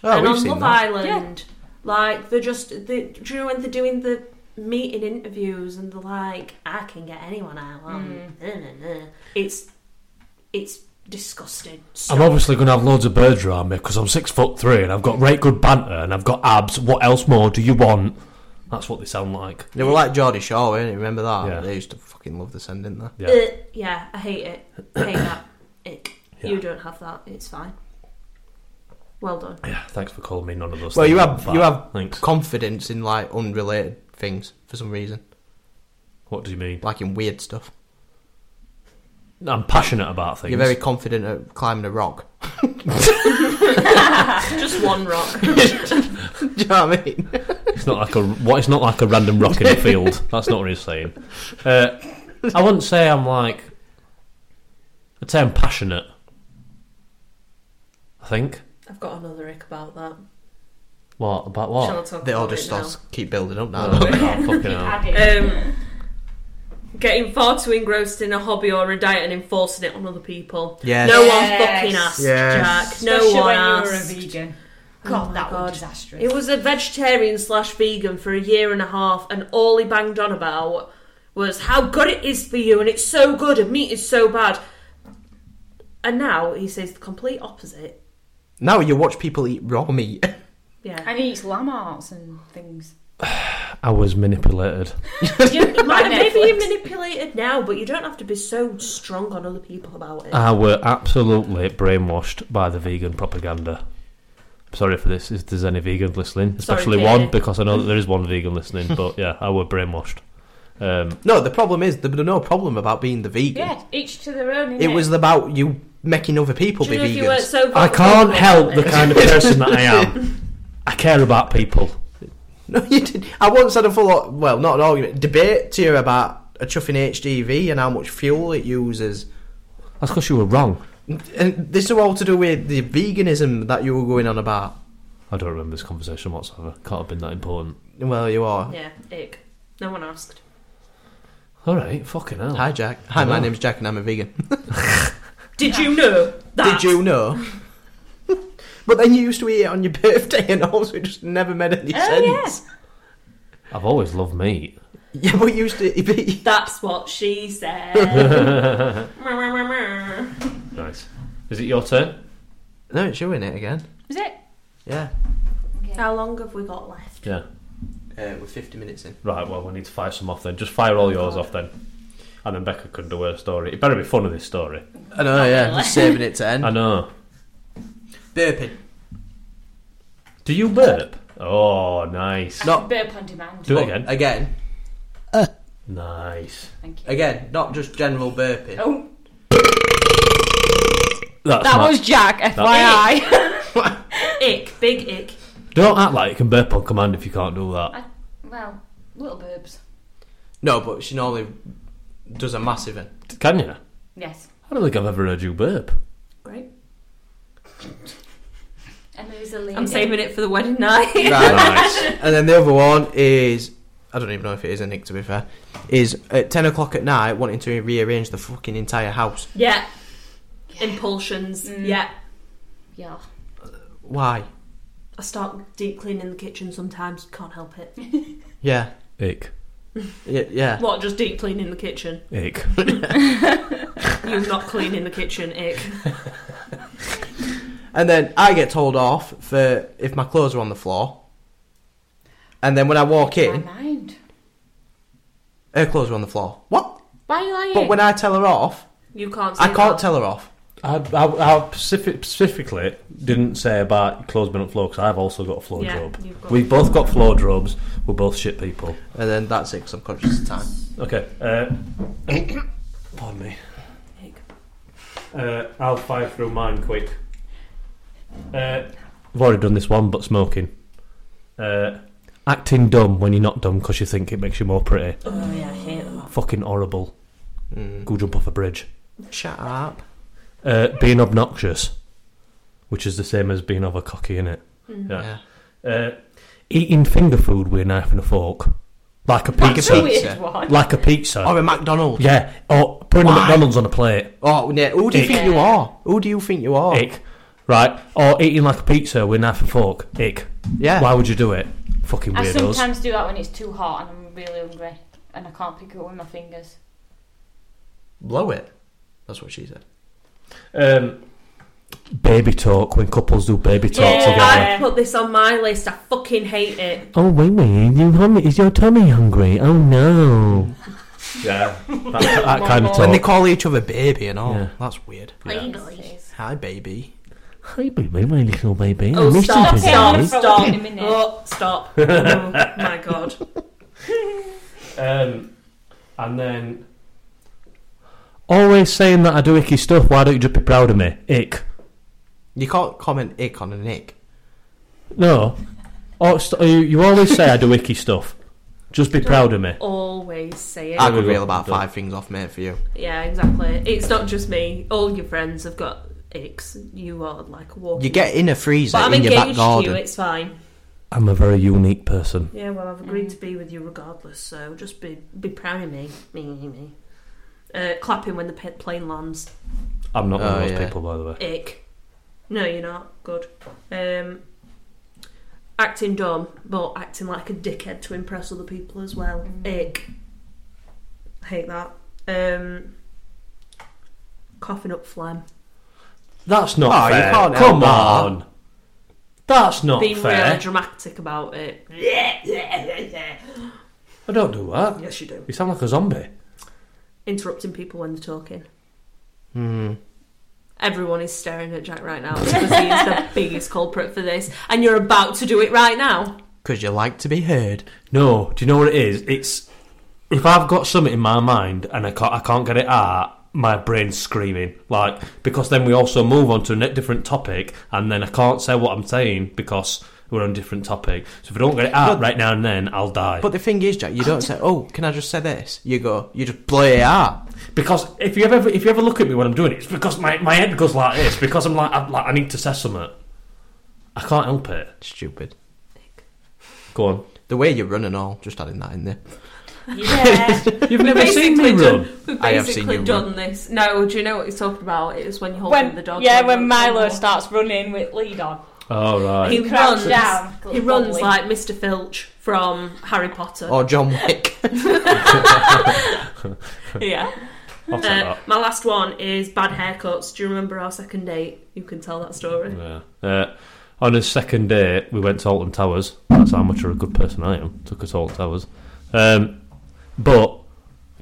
S1: Oh,
S4: and
S1: we've
S4: on
S1: seen
S4: Love
S1: that.
S4: Island, like they're just they, do you know when they're doing the meeting interviews and they're like, I can get anyone I
S1: Mm.
S4: want. Nah, nah, nah. It's it's disgusting. So,
S2: I'm obviously going to have loads of birds around me because I'm six foot three and I've got right good banter and I've got abs. What else more do you want? That's what they sound like.
S1: They were like Geordie Shaw, weren't they? Remember that?
S2: Yeah.
S1: They used to fucking love the send, didn't they?
S2: Yeah.
S4: Ugh, uh, yeah, I hate it. I hate that. Ick. You
S2: Yeah.
S4: don't have that. It's fine. Well done.
S2: Yeah, thanks for calling me none of those
S1: Well,
S2: things.
S1: you
S2: I'm
S1: have
S2: fat.
S1: you have
S2: Thanks.
S1: confidence in like unrelated things for some reason,
S2: What do you mean?
S1: like in weird stuff.
S2: I'm passionate about things.
S1: You're very confident at climbing a rock.
S4: Just one rock.
S1: Do you know what I mean?
S2: It's not like a what. It's not like a random rock in the field. That's not what he's saying. Uh, I wouldn't say I'm like. I'd say I'm passionate. I think.
S4: I've got another ick about that.
S2: What about
S4: Shall I
S2: what?
S4: talk
S1: They all
S4: about
S1: just
S4: it now?
S1: starts keep building up now.
S2: Oh,
S1: don't they?
S2: no, fucking hell.
S3: Added.
S4: Um, getting far too engrossed in a hobby or a diet and enforcing it on other people.
S1: Yes.
S4: No
S3: Yes.
S4: one fucking asked,
S1: Yes.
S4: Jack. No
S3: Especially
S4: one
S3: when
S4: asked.
S3: you were a vegan.
S4: Oh
S3: God,
S4: my
S3: that
S4: God.
S3: was disastrous.
S4: It was a vegetarian slash vegan for a year and a half, and all he banged on about was how good it is for you, and it's so good, and meat is so bad. And now he says the complete opposite.
S1: Now you watch people eat raw meat.
S4: Yeah,
S3: and he eats lamb hearts and things.
S2: I was manipulated.
S3: You- by
S4: maybe you're
S3: Netflix.
S4: manipulated now, but you don't have to be so strong on other people about it.
S2: I were absolutely brainwashed by the vegan propaganda. I'm sorry for this. If there's any vegan listening,
S4: Sorry,
S2: especially
S4: Katie.
S2: one, because I know that there is one vegan listening. But yeah, I were brainwashed. Um,
S1: No, the problem is there's no problem about being the vegan.
S3: Yeah, each to their own.
S1: It was about you making other people
S4: Do you
S1: be
S4: know if you weren't
S1: vegans.
S4: so
S2: I can't
S4: vocal
S2: help
S4: about
S2: the
S4: it?
S2: kind of person that I am. I care about people.
S1: No, you did. I once had a full, well, not an argument, debate to you about a chuffing HDV and how much fuel it uses.
S2: That's because you were wrong.
S1: And this is all to do with the veganism that you were going on about.
S2: I don't remember this conversation whatsoever. Can't have been that important.
S1: Well, you are.
S4: Yeah, ick. No one asked.
S2: All right, fucking hell.
S1: Hi, Jack. Hi, my
S2: Hello.
S1: name's Jack and I'm a vegan.
S4: Did you know that?
S1: Did you know But then you used to eat it on your birthday and also it just never made any
S3: Oh,
S1: sense.
S2: I've always loved meat.
S1: Yeah. but you used to eat
S4: That's what she said. Wait,
S2: Nice. Is it your turn?
S1: No, it's you in it again.
S3: Was it?
S1: Yeah.
S4: How long have we got left?
S2: Yeah.
S1: Uh, we're 50 minutes in.
S2: Right, well, we need to fire some off then. Just fire all yours off then. And then Becca can do her story. It better be fun of this story.
S1: I know, yeah. Just saving it to
S2: I
S1: end.
S2: know.
S1: Burping.
S2: Do you burp? Oh, nice.
S1: No.
S3: Burp on demand.
S2: Do it
S1: But
S2: again.
S1: Again.
S2: Nice.
S3: Thank you.
S1: Again. Not just general burping.
S3: Oh,
S2: That's
S3: that
S2: not-
S3: was Jack, FYI.
S4: Ick, big ick.
S2: Don't act like you can burp on command if you can't do that.
S3: well, little burbs.
S1: No, but she normally does a massive one.
S2: Can you?
S3: Yes.
S2: I don't think I've ever heard you burp.
S4: Great.
S3: And there's a lady.
S4: I'm saving it for the wedding night.
S1: Right.
S2: Nice.
S1: and then the other one is. I don't even know if it is a nick to be fair. Is at 10 o'clock at night wanting to rearrange the fucking entire house.
S4: yeah. Impulsions.
S3: Mm.
S4: Yeah.
S3: Yeah.
S1: Why?
S4: I start deep cleaning the kitchen sometimes. Can't help it.
S1: Yeah.
S2: Ick.
S1: Yeah. yeah.
S4: What? Just deep cleaning the kitchen?
S2: Ick.
S4: You not cleaning the kitchen? Ick.
S1: And then I get told off for if my clothes are on the floor. And then when I walk
S3: My
S1: in,
S3: mind.
S1: her clothes are on the floor. What?
S3: Why are you lying?
S1: But when I tell her off,
S4: You can't. Say
S1: I can't
S4: that.
S1: tell her off.
S2: I, I, I specific, specifically didn't say about your clothes being on the floor because I've also got a floor
S4: Yeah,
S2: job.
S4: you've got-
S2: We've both got floor jobs. We're both shit people.
S1: And then that's it 'cause I'm conscious of time.
S2: Okay. Uh, pardon me.
S4: Ick.
S2: Uh, I'll fire through mine quick. Uh, I've already done this one, but smoking. Uh, acting dumb when you're not dumb because you think it makes you more pretty.
S4: Oh yeah, I hate that.
S2: Fucking horrible.
S1: Mm.
S2: Go jump off a bridge.
S1: Shut up.
S2: Uh, being obnoxious, which is the same as being over cocky, innit?
S4: Mm.
S2: Yeah.
S1: Yeah.
S2: Uh, eating finger food with a knife and a fork, like a
S3: That's a
S2: pizza,
S3: weird one.
S2: like a pizza.
S1: Or a McDonald's.
S2: yeah, or putting a
S1: Oh, Why?
S2: McDonald's on a plate.
S1: Oh, yeah. Who do you
S2: Ick.
S1: think you are? Who do you think you are?
S2: Ick. Right, or eating like a pizza with a knife and fork. Ick.
S1: Yeah.
S2: Why would you do it? Fucking
S3: I
S2: weirdos.
S3: sometimes do that when it's too hot and I'm really hungry and I can't pick it up with my fingers.
S1: Blow it. That's what she said.
S2: Um, baby talk when couples do baby talk
S3: Yeah.
S2: together.
S4: I put this on my list. I fucking hate it.
S2: Oh wait, wait, you hungry? Is your tummy hungry? Oh no. Yeah, that, that kind of
S1: When they
S2: talk.
S1: call each other baby and all.
S2: Yeah.
S1: That's weird.
S2: Yeah.
S3: Please.
S1: Hi, baby.
S2: Hi, baby, my little baby. I
S4: Oh,
S2: missed you
S4: stop,
S2: today.
S4: stop,
S3: Probably
S4: stop.
S3: in a minute.
S4: Oh, stop. Oh, my God.
S2: Um, and then always saying that I do icky stuff. Why don't you just be proud of me? Ick.
S1: You can't comment ick on a nick.
S2: No. Oh, st- you, you always say I do icky stuff. Just be proud of me.
S4: Always say it.
S1: I
S2: we
S1: could
S2: go.
S1: reel about
S2: Done.
S1: five things off, mate, for you.
S4: yeah, exactly. It's not just me. All your friends have got icks. You are like a walking.
S1: You get in a freezer
S4: but I'm
S1: in your back
S4: engaged to you.
S1: garden.
S4: It's fine.
S2: I'm a very unique person.
S4: Yeah, well, I've agreed to be with you regardless. So just be be proud of me. Me, me, me. Uh, clapping when the pe- plane lands.
S2: I'm not one
S1: Oh,
S2: of those
S1: yeah.
S2: people, by the way.
S4: Ick. No, you're not. Good. Um, acting dumb, but acting like a dickhead to impress other people as well. Ick. I hate that. Um, coughing up phlegm.
S2: That's not
S1: Oh, you
S2: fair.
S1: can't help
S2: Come
S1: that.
S2: on. That's not
S4: Being
S2: fair.
S4: really dramatic about it. yes,
S2: I don't do that.
S4: you do.
S2: You sound like a zombie.
S4: Interrupting people when they're talking.
S2: Mm-hmm.
S1: Hmm.
S4: Everyone is staring at Jack right now because he is the biggest culprit for this, and you're about to do it right now.
S1: Because you like to be heard.
S2: No, do you know what it is? It's if I've got something in my mind and I can't, I can't get it out, my brain's screaming. Like because then we also move on to a ne- different topic, and then I can't say what I'm saying because we're on a different topic. So if I don't get it
S1: But-
S2: out right now and then, I'll die.
S1: But the thing is, Jack, you don't say, oh, can I just say this? You go, you just blow it out.
S2: because if you ever if you ever look at me when I'm doing it, it's because my, my head goes like this because I'm like, I'm like I need to say something. I can't help it.
S1: Stupid.
S2: Go on.
S1: The way you run and all, just adding that in there.
S3: Yeah.
S2: You've never seen me
S4: Basically done-
S2: run.
S4: We've
S1: I have seen
S4: basically
S1: you
S4: done this. No, do you know what he's talking about? It's when you hold
S3: when
S4: the dog.
S3: yeah,
S4: when
S3: when
S4: you're-
S3: Milo starts running with lead on.
S2: Oh right.
S4: He
S3: He crouched
S4: runs.
S3: down.
S4: He runs
S3: Probably.
S4: like Mr. Filch from Harry Potter.
S1: Or John Wick.
S4: Yeah.
S2: I'll take
S4: Uh,
S2: that.
S4: my last one is bad haircuts. Do you remember our second date? You can tell that story.
S2: Yeah. Uh, on his second day, we went to Alton Towers. That's how much of a good person I am. Took us to Alton Towers. Um, but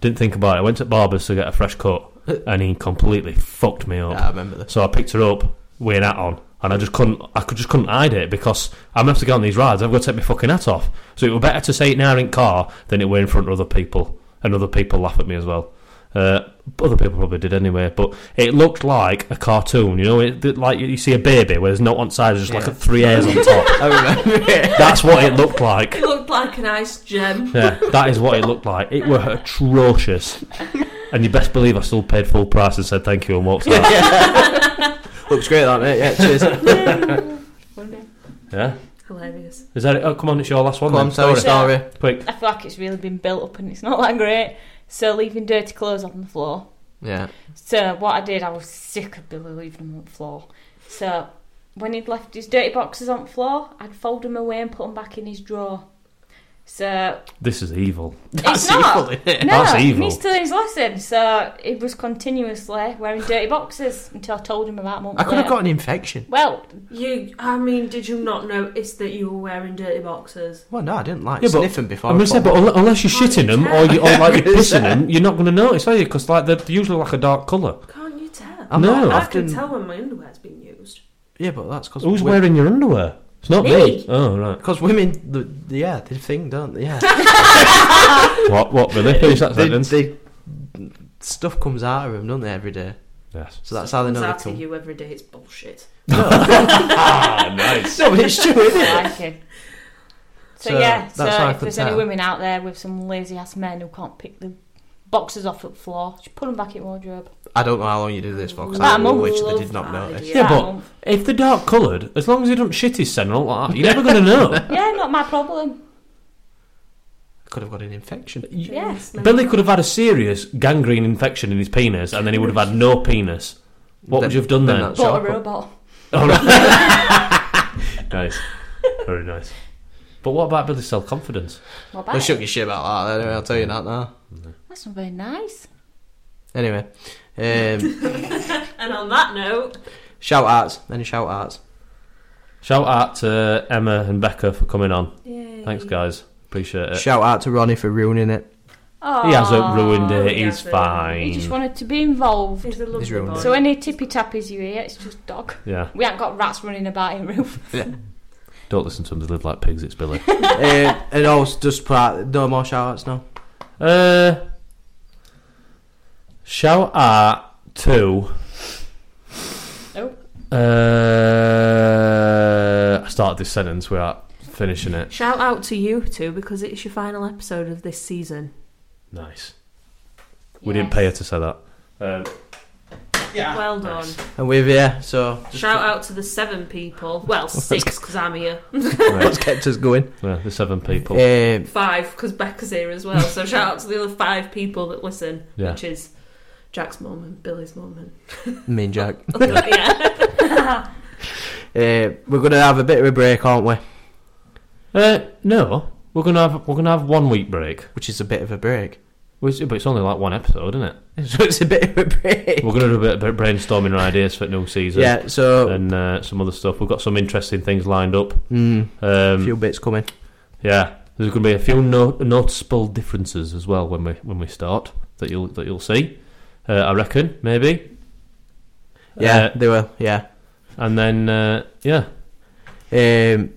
S2: didn't think about it. I went to Barber's to get a fresh cut, and he completely fucked me up.
S1: Yeah, I remember this.
S2: So I picked her up with an hat on, and I just couldn't. I could just couldn't hide it because I'm have to get on these rides. I've got to take my fucking hat off. So it were better to say it in our in car than it were in front of other people, and other people laugh at me as well. Uh, other people probably did anyway, but it looked like a cartoon. You know, it, that- like you see a baby where there's not one side, there's just like
S1: Yeah.
S2: a three hairs on top.
S1: I remember it.
S2: That's what it looked like.
S4: It looked like an ice gem.
S2: Yeah, that is what it looked like. It were atrocious. And you best believe I still paid full price and said thank you and walked out.
S1: Looks great, that mate. Yeah, cheers.
S2: Yeah.
S4: Hilarious.
S2: Is that it? Oh, come on, it's your last one
S1: Come on,
S2: then.
S1: tell your
S2: Sorry.
S1: story.
S2: Quick.
S3: I feel like it's really been built up and it's not that great. So leaving dirty clothes on the floor.
S1: Yeah.
S3: So what I did, I was sick of Billy leaving them on the floor. So when he'd left his dirty boxes on the floor, I'd fold them away and put them back in his drawer. So
S2: This is evil.
S3: it's not.
S1: evil, isn't it?
S3: No,
S2: That's
S3: he
S2: evil.
S3: needs to learn his lesson. So he was continuously wearing dirty boxes until I told him about a month
S1: I could have
S3: later.
S1: got an infection.
S3: Well,
S4: You, I mean, did you not notice that you were wearing dirty boxers?
S1: Well, no, I didn't like
S2: Yeah, but-
S1: sniffing before.
S2: I'm
S1: I
S2: gonna say,
S1: put-
S2: but unle- unless you're
S4: Can't
S2: shitting
S4: you
S2: them
S4: tell?
S2: or, you, or like
S1: I'm
S2: you're
S1: gonna
S2: pissing
S1: say.
S2: them, you're not gonna notice, are you? Because like they're usually like a dark colour.
S4: Can't you tell?
S1: I'm
S2: No.
S1: not
S4: I
S1: often.
S4: can tell when my underwear's been used.
S1: Yeah, but that's because
S2: Who's wearing your underwear? It's not me.
S4: Me.
S2: Oh right.
S1: Because women, the, yeah, they think, don't they? Yeah.
S2: What? What? Really? Finish that
S1: they,
S2: sentence.
S1: they- stuff comes out of them, don't they, every day?
S2: Yes.
S1: So that's how they know they
S4: Comes out
S1: come.
S4: of you every day. It's bullshit.
S2: ah, nice.
S1: No, but it's true, isn't it?
S3: I like him. So,
S1: So,
S3: yeah, so
S1: that's how I
S3: if
S1: could
S3: there's any
S1: tell.
S3: women out there with some lazy ass men who can't pick the boxes off at the floor, just put them back in wardrobe.
S1: I don't know how long you did this for because
S3: About
S1: I
S3: a month.
S1: wish they
S4: Love
S1: did not
S4: that
S1: notice.
S4: idea.
S2: Yeah,
S3: That
S2: but-
S3: month.
S2: If they're dark coloured, as long as you don't shit his sen and all that, you're never gonna know.
S3: yeah, not my problem.
S1: Could have got an infection.
S2: You-
S3: Yes.
S2: Billy could have had a serious gangrene infection in his penis, and then he would have had no penis. What would you have done then?
S1: that's
S3: Bought a
S1: your-
S3: robot.
S2: Oh, no. nice. Very nice. But what about Billy's self confidence?
S3: What
S1: They
S3: about
S1: shook
S3: it?
S1: your shit about that. Anyway, I'll tell you that now.
S3: That's not very nice.
S1: Anyway, um,
S4: And on that note,
S1: shout outs. Any shout outs?
S2: Shout out to Emma and Becca for coming on.
S4: yay.
S2: Thanks, guys. Appreciate it.
S1: Shout out to Ronnie for ruining it.
S3: Oh,
S2: He hasn't ruined it.
S4: he
S2: He's
S4: hasn't.
S3: He just
S2: fine.
S3: wanted to be involved.
S4: He's a lovely
S1: He's ruined
S4: boy.
S1: it.
S3: So any tippy tappies you hear, it's just dog.
S2: Yeah,
S3: We ain't got rats running about in roof.
S2: don't listen to him. They live like pigs. It's Billy.
S1: uh, and also just part, no more shout outs now.
S2: uh, shout out to.
S3: Oh.
S2: Uh, I started this sentence without finishing it.
S4: Shout out to you two because it's your final episode of this season.
S2: Nice. We didn't pay her to say that. Um,
S4: well done.
S2: nice.
S1: And we're here, so just
S4: Shout out to the seven people. Well, six because I'm here.
S1: what's kept us going.
S2: Yeah, the seven people.
S1: Um,
S4: Five because Becca's here as well. So shout out to the other five people that listen,
S2: Yeah.
S4: which is Jack's mum and Billy's mum and
S1: me and Jack. Uh,
S4: yeah.
S1: we're going to have a bit of a break, aren't we?
S2: Uh, no, we're gonna have we're gonna have one week break,
S1: Which is a bit of a break.
S2: which, but it's only like one episode, isn't it?
S1: So it's a bit of a break.
S2: We're gonna do a bit, of brainstorming and ideas for new season.
S1: Yeah, so
S2: And uh, some other stuff. We've got some interesting things lined up.
S1: mm, a
S2: Um,
S1: few bits coming.
S2: Yeah, there's going to be a few no- noticeable differences as well when we when we start that you'll that you'll see. Uh, I reckon maybe.
S1: Yeah,
S2: Uh,
S1: they will. Yeah.
S2: and then uh, yeah,
S1: Um,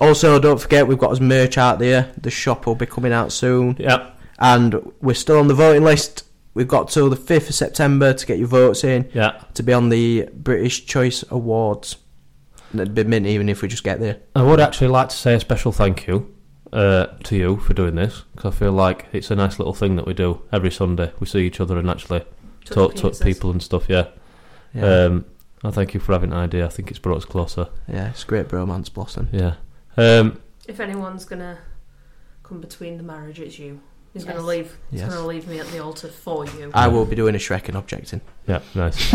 S1: also, don't forget we've got his merch out there. The shop will be coming out soon,
S2: yeah,
S1: and we're still on the voting list. We've got till the fifth of September to get your votes in
S2: yeah.
S1: to be on the British Choice Awards. And it'd be mint even if we just get there.
S2: I would actually like to say a special thank you uh, to you for doing this because I feel like it's a nice little thing that we do every Sunday. We see each other and actually talk to
S4: penises.
S2: people and stuff. Yeah.
S1: Yeah,
S2: Um, I thank you for having an idea. I think it's brought us closer.
S1: yeah it's great bromance blossom.
S2: Yeah. Um,
S4: If anyone's gonna come between the marriage, it's you. He's
S3: Yes.
S4: going to leave. He's
S2: Yes. Ah,
S4: going to leave me at the altar for you.
S1: I will be doing a Shrek and objecting.
S2: Yeah, nice.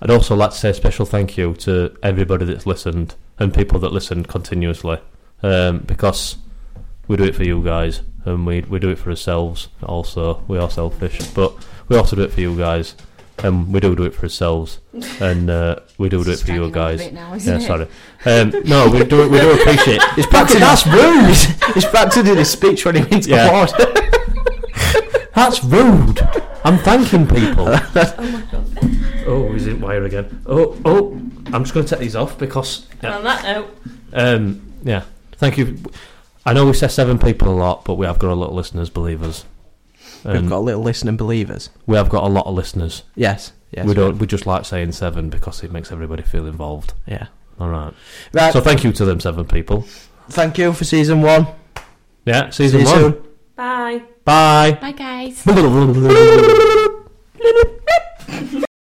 S2: I'd also like to say a special thank you to everybody that's listened and people that listened continuously um, because we do it for you guys and we, we do it for ourselves also. We are selfish, but we also do it for you guys and we do do it for ourselves and uh, we do do it for you
S3: Dragging on a
S2: guys.
S3: bit now, isn't
S2: Yeah,
S3: it?
S2: sorry. Um, no, we do we do appreciate.
S1: He's practicing. That's rude. He's- He's practicing his speech when he wins
S2: Yeah.
S1: the award.
S2: That's rude. I'm thanking people. oh my god. Oh, he's in wire again. Oh, oh. I'm just going to take these off because.
S4: And
S2: Yeah.
S4: on that note,
S2: Um, yeah. Thank you. I know we say seven people a lot, but we have got a lot of listeners, believe us.
S1: We've
S2: And
S1: got a little listen and believers.
S2: we have got a lot of listeners.
S1: Yes. Yes.
S2: we don't. We just like saying seven because it makes everybody feel involved.
S1: Yeah.
S2: All right.
S1: Right.
S2: So thank you to them seven people.
S1: thank you for season one.
S2: Yeah. Season
S1: See you
S2: one.
S1: soon.
S4: bye.
S2: Bye.
S3: Bye, guys.
S1: Bye.